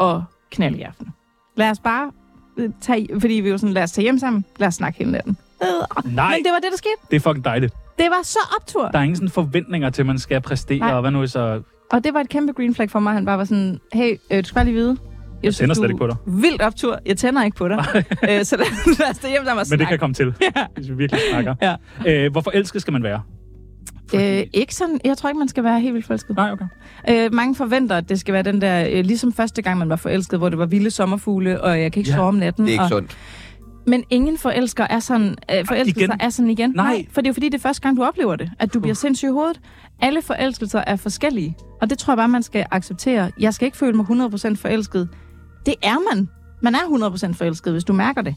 at knalde i aften. Lad os bare øh, tage, fordi vi var sådan, lad os tage hjem sammen, lad os snakke hele natten. Øh,
Nej,
men det var det, der skete.
det er fucking dejligt.
Det var så optur.
Der er ingen sådan forventninger til, at man skal præstere,
Nej.
og hvad nu hvis så...
Og det var et kæmpe green flag for mig. Han bare var sådan, hey, øh, du skal bare lige vide. Jeg, synes,
tænder
du
slet ikke på dig."
er Vildt optur. Jeg tænder ikke på dig. øh, så lad, lad os da hjem, der var
Men det kan komme til, hvis vi virkelig snakker.
Ja.
Øh, hvor forelsket skal man være?
Øh, ikke sådan, jeg tror ikke, man skal være helt vildt forelsket.
Nej, okay.
Øh, mange forventer, at det skal være den der, øh, ligesom første gang, man var forelsket, hvor det var vilde sommerfugle, og jeg kan ikke
Ja,
ja, sove om natten.
Det er ikke
og,
sundt.
Men ingen forelsker er sådan, øh, forelskelser
igen?
er sådan igen.
Nej.
for det er jo fordi, det er første gang, du oplever det, at du bliver sindssyg i hovedet. Alle forelskelser er forskellige, og det tror jeg bare, man skal acceptere. Jeg skal ikke føle mig 100% forelsket. Det er man. Man er 100% forelsket, hvis du mærker det.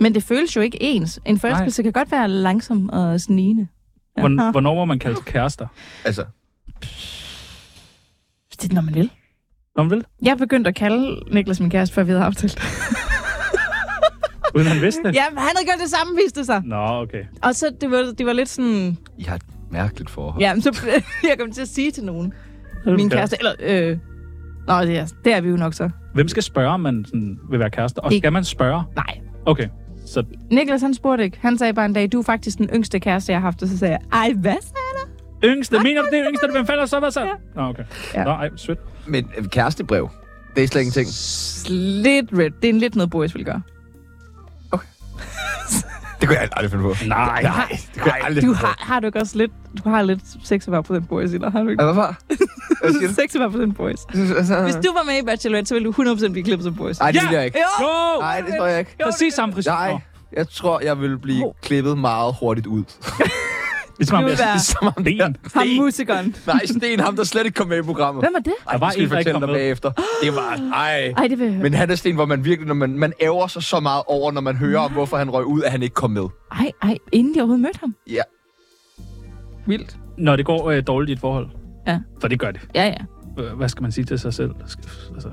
Men det føles jo ikke ens. En forelskelse kan godt være langsom og snigende.
Hvorn- Hvornår må man kalde kærester?
Altså,
Det er, når man vil.
Når man vil,
Jeg begyndte at kalde Niklas min kæreste, før vi havde aftalt.
uden han vidste det.
ja, han havde gjort det samme, viste det sig.
Nå, okay.
Og så det var, det var lidt sådan...
I har et mærkeligt forhold.
Ja, men så jeg kom til at sige til nogen, min
Okay.
kæreste, eller... Øh, Nå, det er, det er vi jo nok så.
Hvem skal spørge, om man sådan, vil være kærester? Og
Ikke.
skal man spørge?
Nej.
Okay, så
Niklas, han spurgte ikke. Han sagde bare en dag, du er faktisk den yngste kæreste, jeg har haft. Og så sagde jeg, ej, hvad sagde der?
yngste. Mener du det er yngste? Hvem falder så? Hvad så? Nå, okay.
Ja.
Nå, ej, sødt.
Men øh, kærestebrev, det er slet ingenting.
Lidt red. Det er en lidt noget, Boris ville gøre.
Det kunne jeg aldrig finde på.
Nej, nej.
Det kunne jeg aldrig
Du
finde på.
har, har du ikke også lidt... Du har lidt 46% Boris i dig, har du ikke?
Ah, Hvorfor? Hvad siger du?
46% Boris. Hvis du var med i Bachelorette, så ville du 100% blive klippet som Boris.
Nej, det
Ja!
vil jeg ikke.
Jo!
Jo!
Nej, det tror jeg ikke.
Præcis samme frisør.
Nej, jeg tror, jeg vil blive klippet meget hurtigt ud.
Ligesom ham,
Det vil være-
jeg som ham ben.
Ham musikeren.
Nej, Sten, ham der slet ikke kom med i programmet.
Hvem var det?
Ej,
Der var
det skal
en,
vi
der ikke
fortælle dig
kom med.
bagefter. Det var... Ej.
Ej, det vil jeg høre.
Men han er Sten, hvor man virkelig, når man, man ærger sig så meget over, når man hører om, hvorfor han røg ud, at han ikke kom med.
Ej, ej, inden de overhovedet mødte ham.
Ja.
Vildt.
Når det går øh, dårligt i et forhold.
Ja.
For det gør det.
Ja, ja.
Øh, Hvad skal man sige til sig selv? Skal- Altså,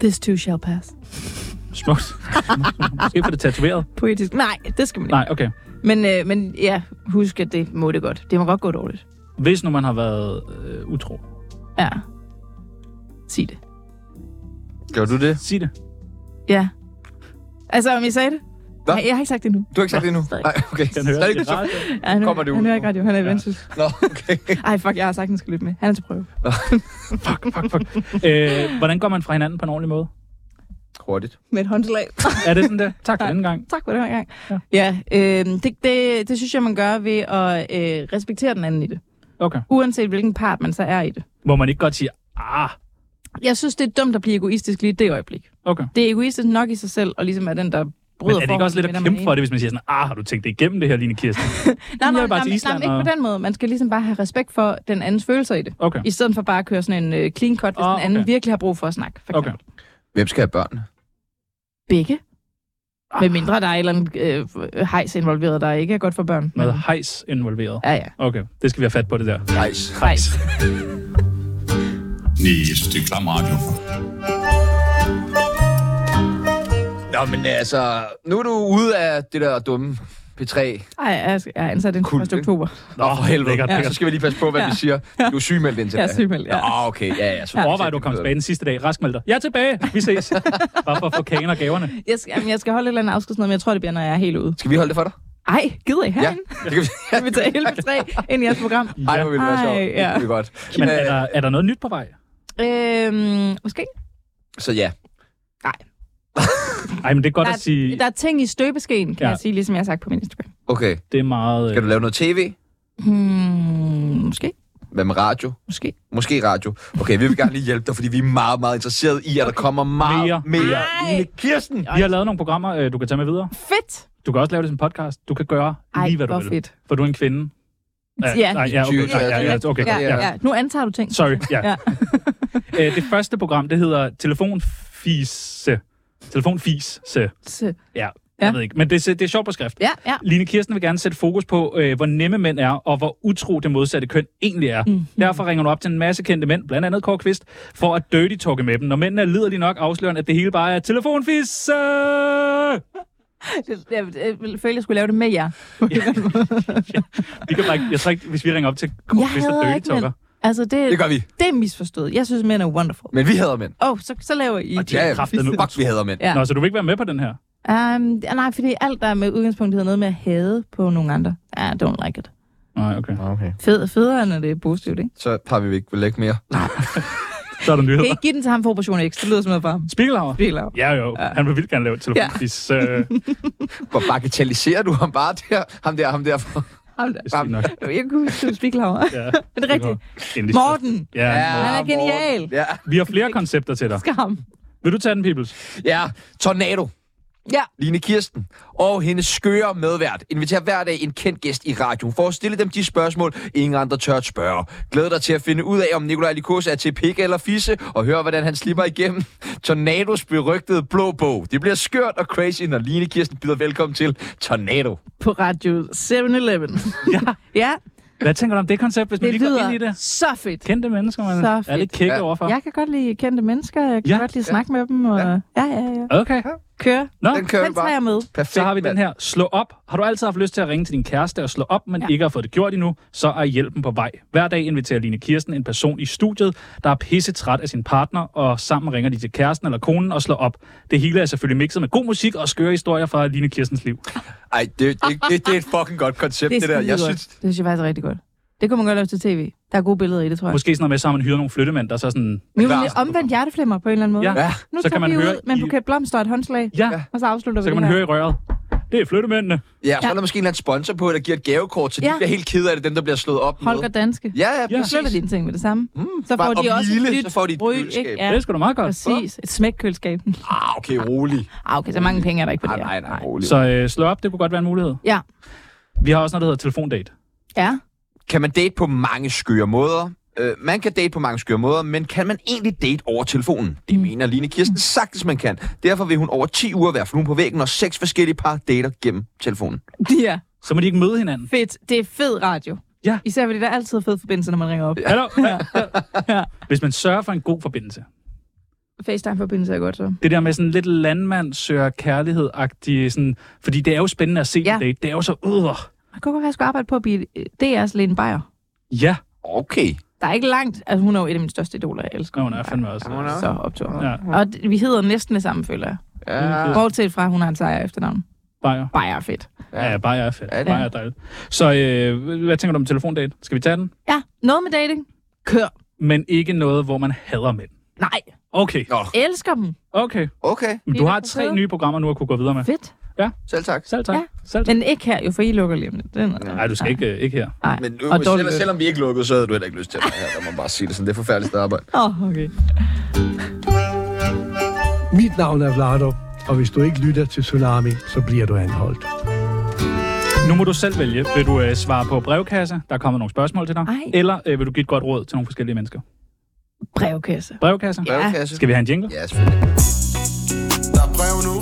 This too shall pass.
smukt. Smukt. Måske få det tatoveret.
Poetisk. Nej, det skal man ikke.
Nej, okay.
Men, øh, men ja, husk, at det må det godt. Det må godt gå dårligt.
Hvis nu man har været øh, utro.
Ja. Sig det.
Gør du det?
Sig det.
Ja. Altså, om I sagde det?
Hvad?
Nej, jeg har ikke sagt det nu.
Du har ikke sagt det endnu?
Stadig.
Nej, okay.
Den hører
er det ikke det,
i
så?
radioen.
Ja, nu,
Kommer det ud?
Han er ikke radio, han er i Vendsyssel.
Nå, okay.
Ej, fuck, jeg har sagt, han skal lytte med. Han er til prøve.
Fuck, fuck, fuck. Øh, hvordan går man fra hinanden på en ordentlig måde?
Hurtigt.
Med et håndslag.
Er det sådan det? Tak for den gang.
tak for den her gang. Ja, øh, det, det, det synes jeg, man gør ved at øh, respektere den anden i det.
Okay.
Uanset hvilken part man så er i det.
Må man ikke godt sige, ah,
Jeg synes, det er dumt at blive egoistisk lige i det øjeblik.
okay.
Det er egoistisk nok i sig selv, og ligesom er den, der
Men
bryder
er det ikke også lidt at kæmpe for det, hvis man siger sådan, ah, har du tænkt det igennem det her, Line Kirsten?
Nej,
Jeg
nej,
vil bare
nej,
til
nej,
Island
nej, ikke
og-
på den måde. Man skal ligesom bare have respekt for den andens følelser i det.
Okay.
I stedet for bare at køre sådan en øh, clean cut, hvis
Ah,
oh, den anden
okay.
virkelig har brug for at snakke. For
Okay.
eksempel.
Hvem skal have børn?
Begge.
Ah.
Med mindre der er et eller andet øh, hejs involveret, der ikke er godt for børn.
Med hejs involveret.
Ja, ja.
Okay, det skal vi have fat på det der.
Hejs.
Hejs.
Nej, jeg synes, det er klam radio.
Nå, men altså, nu er du ude af det der dumme P3.
Ej, jeg er- jeg er ansat den
Cool,
1.
ikke?
oktober.
Nå, for helvede.
lækkert,
Ja.
lækkert.
Så skal vi lige passe på, hvad vi siger. Du er sygemeldt indtil
Jeg er
da.
sygemeldt, ja.
Nå, okay, ja, ja. Så
Overvej, at du kom tilbage den sidste dag. Rask melder. Jeg er tilbage. Vi ses. Bare for at få kagen og gaverne.
Jeg skal, jamen, jeg skal holde et eller andet afskedsmøde, men jeg tror, det bliver, når jeg er helt ude.
Skal vi holde det for dig?
Ej, gider I herinde?
Det kan vi...
Ja. Vi tager hele tre ind i jeres program.
Ej, hvor vil det være
Ej,
sjovt.
ja.
Det er godt.
Men
Øh,
er der, er der noget nyt på vej?
Øhm, måske.
Så ja.
Nej, men det er godt
Der
at sige,
er, der er ting i støbeskeen, kan
Ja.
ja. jeg sige, ligesom jeg har sagt på min Instagram.
Okay.
det er meget...
Skal du lave noget tv?
Hmm, måske.
Hvad med radio?
Måske.
Måske radio. Okay, vi vil gerne lige hjælpe dig, fordi vi er meget, meget interesserede i, at der kommer meget
øh, Mere.
Ah, mere. mere.
Ej.
Line Kirsten!
Vi har lavet nogle programmer, øh, du kan tage med videre.
Fedt!
Du kan også lave det som podcast. Du kan gøre
Ej,
lige, hvad du
hvor
vil.
fedt.
For du er en kvinde.
Ja.
Nej, ja, okay. Nej, ja, ja, okay.
Ja,
Ja.
ja. ja. Nu antager du ting.
Sorry, ja.
Ja.
Æ, det første program, det hedder Telefonfise. Telefonfise.
Så-
Ja,
Ja.
jeg ved ikke. Men det, er- det er sjovt på skrift.
Ja, ja.
Line Kirsten vil gerne sætte fokus på, øh, hvor nemme mænd er, og hvor utro det modsatte køn egentlig er.
Mhm.
Mm. Derfor ringer du op til en masse kendte mænd, blandt andet Kåre Kvist, for at dirty talke med dem. Når mændene er liderlige nok, afslører han, at det hele bare er telefonfis.
Det- Jeg, jeg ville føle, jeg skulle lave det med jer.
Vi kan bare, ikke- jeg tror ikke, hvis vi ringer op til Kåre
Jeg
Kvist og
hader
dirty
ikke
talker.
mænd. Altså, det,
Det gør vi.
det er misforstået. Jeg synes, mænd er wonderful.
Men vi hader mænd.
Åh, oh, så, så laver I...
Og de er kraftedeme
Fuck, vi hader mænd.
Ja.
Nå, så du vil ikke være med på den her?
Um, nej, fordi alt, der er med udgangspunkt, hedder noget med at hade på nogle andre. I don't like it.
Nej, okay.
Ah,
Okay.
Fed, federe, når det er positivt, ikke?
Så har vi ikke vel ikke mere.
Så er der
Kan I
nyheder.
ikke give den til ham for operation X? Det lyder som noget for ham.
Spiegelhauer?
Virkelig lav.
Ja, jo. Han vil vildt gerne lave et telefonfis. Ja. Øh,
Hvor bagatelliserer du ham bare der? Ham der, ham der.
Ham der.
det er sygt nok.
Jeg kunne huske, du spiklaver.
Ja.
Er det rigtigt?
Endelig.
Morten!
Ja, Morten.
Han er
Morten.
genial.
Ja,
Vi har flere koncepter til dig.
Skam.
Vil du tage den, Peoples?
ja. Tornado.
Ja.
Line Kirsten og hendes skøre medvært inviterer hver dag en kendt gæst i radioen for at stille dem de spørgsmål, ingen andre tør at spørge. Glæd dig til at finde ud af, om Nikolaj Likos er til pik eller fisse, og høre, hvordan han slipper igennem Tornados berygtede blå bog. Det bliver skørt og crazy, når Line Kirsten byder velkommen til Tornado.
På Radio 7-Eleven.
Ja.
ja,
Hvad tænker du om det koncept, hvis man
det
lige går ind i
lyder
det?
så fedt.
Kendte mennesker, man
Så
er lidt
fedt.
kække
Ja.
ja. overfor.
Jeg kan godt lide kendte mennesker. Jeg kan
Ja.
ja. godt lide at snakke med dem. Og... Ja, ja, ja.
Okay.
Kør.
Nå,
Den kører vi
Den tager
bare.
jeg med.
Perfekt,
så har vi den
mand.
her. Slå op. Har du altid haft lyst til at ringe til din kæreste og slå op, men ja.
Ja.
ikke har fået det gjort endnu, så er hjælpen på vej. Hver dag inviterer Line Kirsten en person i studiet, der er pisse træt af sin partner, og sammen ringer de til kæresten eller konen og slår op. Det hele er selvfølgelig mixet med god musik og skøre historier fra Line Kirstens liv.
Ej, det, det, det, det er et fucking godt koncept, det, det der. Jeg
skidegodt.
synes,
Det synes jeg faktisk er rigtig godt. Det kunne man godt lave til tv. Der er gode billeder i det, tror jeg.
Måske sådan noget med, så har man hyret nogle flyttemænd, der så sådan...
Nu er det omvendt hjerteflimmer på en eller anden måde.
Ja,
Ja.
Nu så
Så kan
tager
man
vi
høre
ud med en
i-
buket blomster og et håndslag,
ja.
og så afslutter
Så
vi
kan man
det her.
høre i røret. Det er flyttemændene.
Ja, så er der måske en eller anden sponsor på, der giver et gavekort, så de
Ja.
bliver helt kede af det, dem der bliver slået op
Holger
med.
Danske.
Ja, ja,
Ja. Mm.
Du flytter
præcis.
dine ting med det samme. Så
Bare
får de
at
også
hvile,
et nyt
så får de et
ryg,
køleskab.
ikke?
Det er sgu da meget godt.
Præcis. Et smækkøleskab.
Ah, okay, rolig.
Ah, okay, så
Mm.
mange penge er der ikke på
Nej,
det her.
nej, nej, rolig. Så
Så øh, slå op, det kunne godt være en mulighed.
Ja.
Vi har også noget, der hedder telefondate.
Ja.
kan man date på mange skøre måder? Øh, man kan date på mange skøre måder, men kan man egentlig date over telefonen? Det mener Line Kirsten sagtens, man kan. Derfor vil hun over 10 uger være fluen på væggen, og seks forskellige par dater gennem telefonen.
Ja,
Så må de ikke møde hinanden.
fedt. Det er fed radio.
Ja.
Især fordi der er altid fed forbindelse, når man ringer op.
Hallo? Ja. ja. Hvis man sørger for en god forbindelse.
FaceTime-forbindelse er godt, så.
Det der med sådan lidt landmand søger kærlighed-agtig, sådan, fordi det er jo spændende at se ja.
Ja.
en date. Det er jo så, øh,
Man kunne godt være, jeg skulle arbejde på at blive øh, DR's Lene Beyer.
ja,
Okay.
Der er ikke langt. Altså, hun er jo et af mine største idoler. Jeg elsker
Nå, hun er fandme også.
Hun er-
Så optur.
Ja.
Ja. Og d- vi hedder næsten det samme, føler jeg.
Ja.
Bortset fra, at hun har en sejr efternavn.
Bajer.
Beyer er fedt.
Ja, ja Bajer er fedt.
Ja,
Ja,
det-
Bajer er dejligt. Så øh, hvad tænker du om telefondate? Skal vi tage den?
Ja, noget med dating. Kør.
Men ikke noget, hvor man hader mænd.
Nej,
Okay,
elsker dem.
okay.
Okay,
Men du
Helt
har
på
tre
siden.
nye programmer nu at kunne gå videre med.
Fedt.
selv tak.
Selv tak.
Ja.
Selv tak.
Men ikke her, jo, for I lukker lige om lidt. Den,
Nej, du skal ikke, øh, ikke her.
Nej.
Men
og
øh,
dårlig
selv, selvom vi ikke lukkede, så havde du heller ikke lyst til at være her. Der må man bare sige det sådan. Det er forfærdeligt arbejde.
Åh, oh, okay.
Mit navn er Vlado, og hvis du ikke lytter til Tsunami, så bliver du anholdt.
Nu må du selv vælge. Vil du øh, svare på brevkasse? Der er kommet nogle spørgsmål til dig.
Ej.
Eller øh, vil du give et godt råd til nogle forskellige mennesker?
Brevkasse.
Brevkasse?
Brevkasse.
Skal vi have en jingle?
Ja, selvfølgelig.
Der er brev nu.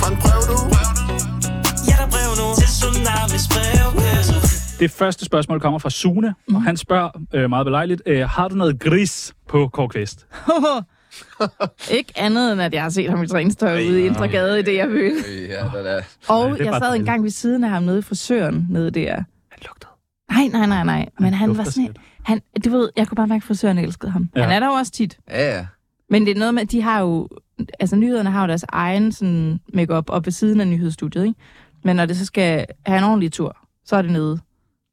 Fra en brev nu.
Ja, der er brev nu til Tsunamis brevkasse.
Det første spørgsmål kommer fra Sune,
Mm.
og han spørger øh, meget belejligt, øh, har du noget gris på Kårkvist?
ikke andet, end at jeg har set ham i træningstøj ude i Indre Gade i det, jeg ville.
Øh, Ja, der er
Og
det er
jeg sad
bare dejligt.
engang ved siden af ham nede i frisøren nede der. Han lugtede. Nej, nej, nej, nej. Men han var
lugter
sådan... Han, du ved, jeg kunne bare mærke, at frisøren elskede ham.
Ja.
Ja. Han er der jo også tit.
Ja, ja.
Men det er noget med, at de har jo... Altså, nyhederne har jo deres egen sådan, make-up op ved siden af nyhedsstudiet, ikke? Men når det så skal have en ordentlig tur, så er det nede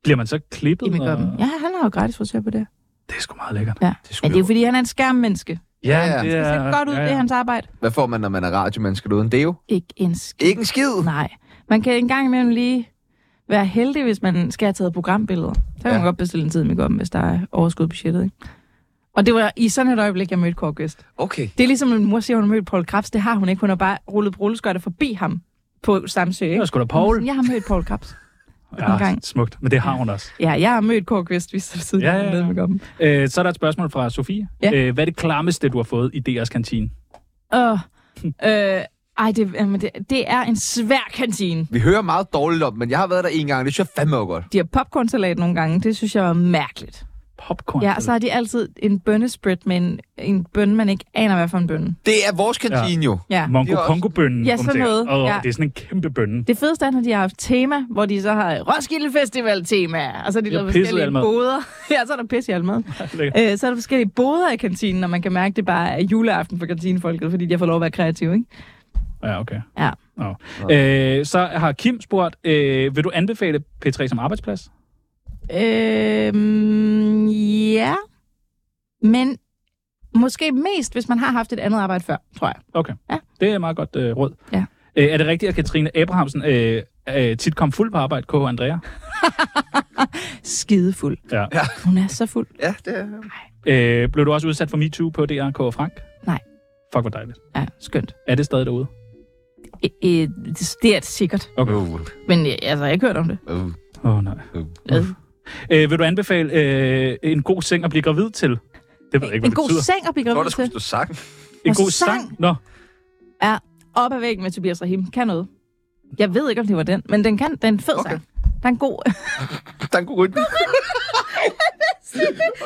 Bliver man så klippet?
i make-up'en. Ja, han har jo gratis frisør på det.
Det er sgu meget lækkert.
Men det er jo, fordi, han er en skærmmenneske.
Ja,
Ja, ja.
det
Det ser godt ud, ja, ja. det er hans arbejde.
Hvad får man, når man er radiomenneske uden det jo?
Ikke en skid.
Ikke en skid.
Nej. Man kan engang imellem lige være heldig, hvis man skal have taget programbilleder. Så kan ja.
Ja.
man godt bestille en tid med om, hvis der er overskud på budgettet. Ikke? Og det var i sådan et øjeblik, jeg mødte Kåre Gøst.
Okay.
Det er ligesom, min mor siger, hun har mødt Paul Krebs. Det har hun ikke. Hun har bare rullet på rulleskøjter forbi ham på Samsø.
Det
Ikke?
er sgu da Paul.
Sådan, Jeg har mødt Paul Krebs.
Ja,
gang.
smukt. Men det har hun også.
Ja, jeg har mødt Kåre Gøst, hvis der er siden
Ja,
ja,
ja, ja.
ja, ja. med om.
Øh, så er der et spørgsmål fra Sofie.
Ja.
Øh, hvad er det klammeste, du har fået i DR's kantine?
Åh, øh, ej, det, jamen, det, det er en svær kantine.
Vi hører meget dårligt om, men jeg har været der en gang, og det synes jeg fandme var godt.
De har popcornsalat nogle gange. Det synes jeg var mærkeligt.
Popcorn.
Ja, og så har de altid en bønnespread med en, en bønne, man ikke aner, hvad for en bønne.
Det er vores kantine ja. jo.
Ja.
Mongo
Det er også-
pongo bønnen
Ja, sådan noget.
Og
Ja.
det er sådan en kæmpe bønne.
Det fedeste er, når de har haft tema, hvor de så har Roskilde Festival-tema, og så er de
Ja,
der
pisse i
forskellige
almad.
boder. ja, så er der pisse i almad. Øh, så er der forskellige boder i kantinen, og man kan mærke, det bare er juleaften for kantinefolket, fordi de har fået lov at være kreative, ikke?
Ja, okay.
Ja.
Nå. Øh, så har Kim spurgt, øh, vil du anbefale P3 som arbejdsplads?
Øh, ja. Men måske mest, hvis man har haft et andet arbejde før, tror jeg.
Okay.
Ja.
Det er meget godt øh, råd.
Ja.
Øh, er det rigtigt, at Katrine Abrahamsen øh, øh, tit kom fuld på arbejde, K. Andrea?
Skidefuld.
Ja.
Hun er så fuld.
Ja, det er...
Øh, blev du også udsat for MeToo på DR, K. og Frank?
Nej.
Fuck, hvor dejligt.
Ja, skønt.
Er det stadig derude?
Øh, øh, det- det er sikkert.
Okay.
Uh,
Men øh, altså, jeg har ikke hørt om det.
uh.
Åh, oh, nej.
Hvad?
Øh, vil du anbefale øh, en god seng at blive gravid til? Det ved jeg ikke, hvad
en
det
god
betyder.
seng at blive
Nå, der
gravid
skulle
til.
stå sang.
En god
Og sang.
sang? Nå,
Op ad væggen med Tobias Rahim. Kan noget. Jeg ved ikke, om det var den, men den kan. Den er en fed
Okay.
okay. sang. Der er en god...
Der er en god rytme.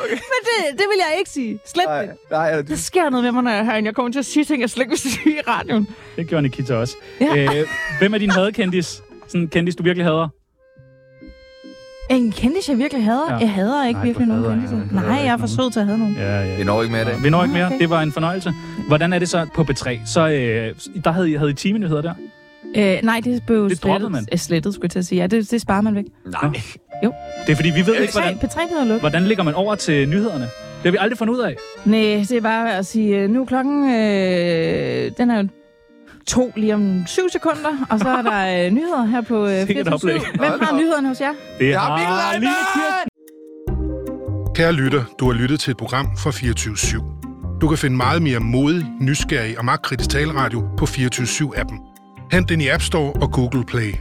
men det, det vil jeg ikke sige. Slip
Nej,
det.
nej, eller du...
Der sker noget med mig, når jeg hører en. Jeg kommer til at sige ting, jeg slet ikke vil sige i radioen.
det gjorde Nikita også.
Ja.
Øh, hvem er din hadekendis? Sådan en kendis, du virkelig hader?
En kendis, jeg virkelig hader.
Ja.
Ja. Jeg hader ikke
Nej,
Nej,
du
virkelig nogen
hader
kendis.
ikke- du hader
Nej, jeg er
ikke
for
nogen.
sød til at have nogen.
Ja, ja.
Vi når ikke med i dag.
Vi når ikke mere.
Okay.
Det var en fornøjelse. Hvordan er det så på B3? Så, øh, der havde I, havde I timenyheder der.
Øh, nej, det blev
Det droppede
slettet,
man.
Øh, slettet, skulle jeg til at sige. Ja, det, det sparer man væk.
Nej.
Det er fordi, vi ved ikke,
P3,
hvordan,
P3 blev lukket.
hvordan ligger man over til nyhederne. Det har vi aldrig fundet ud af.
Nej, det er bare at sige, øh, nu er klokken, øh, den er jo to lige om syv sekunder, og så er der øh, nyheder her på øh,
Sikke et
24.
oplæg.
Hvem har nyhederne hos jer?
Det
Jeg
har
har Mikkel Leiner!
Line Kirsten.
Kære lytter, du har lyttet til et program fra 24 /7. Du kan finde meget mere modig, nysgerrig og magtkritisk taleradio på 24 7 appen Hent den i App Store og Google Play.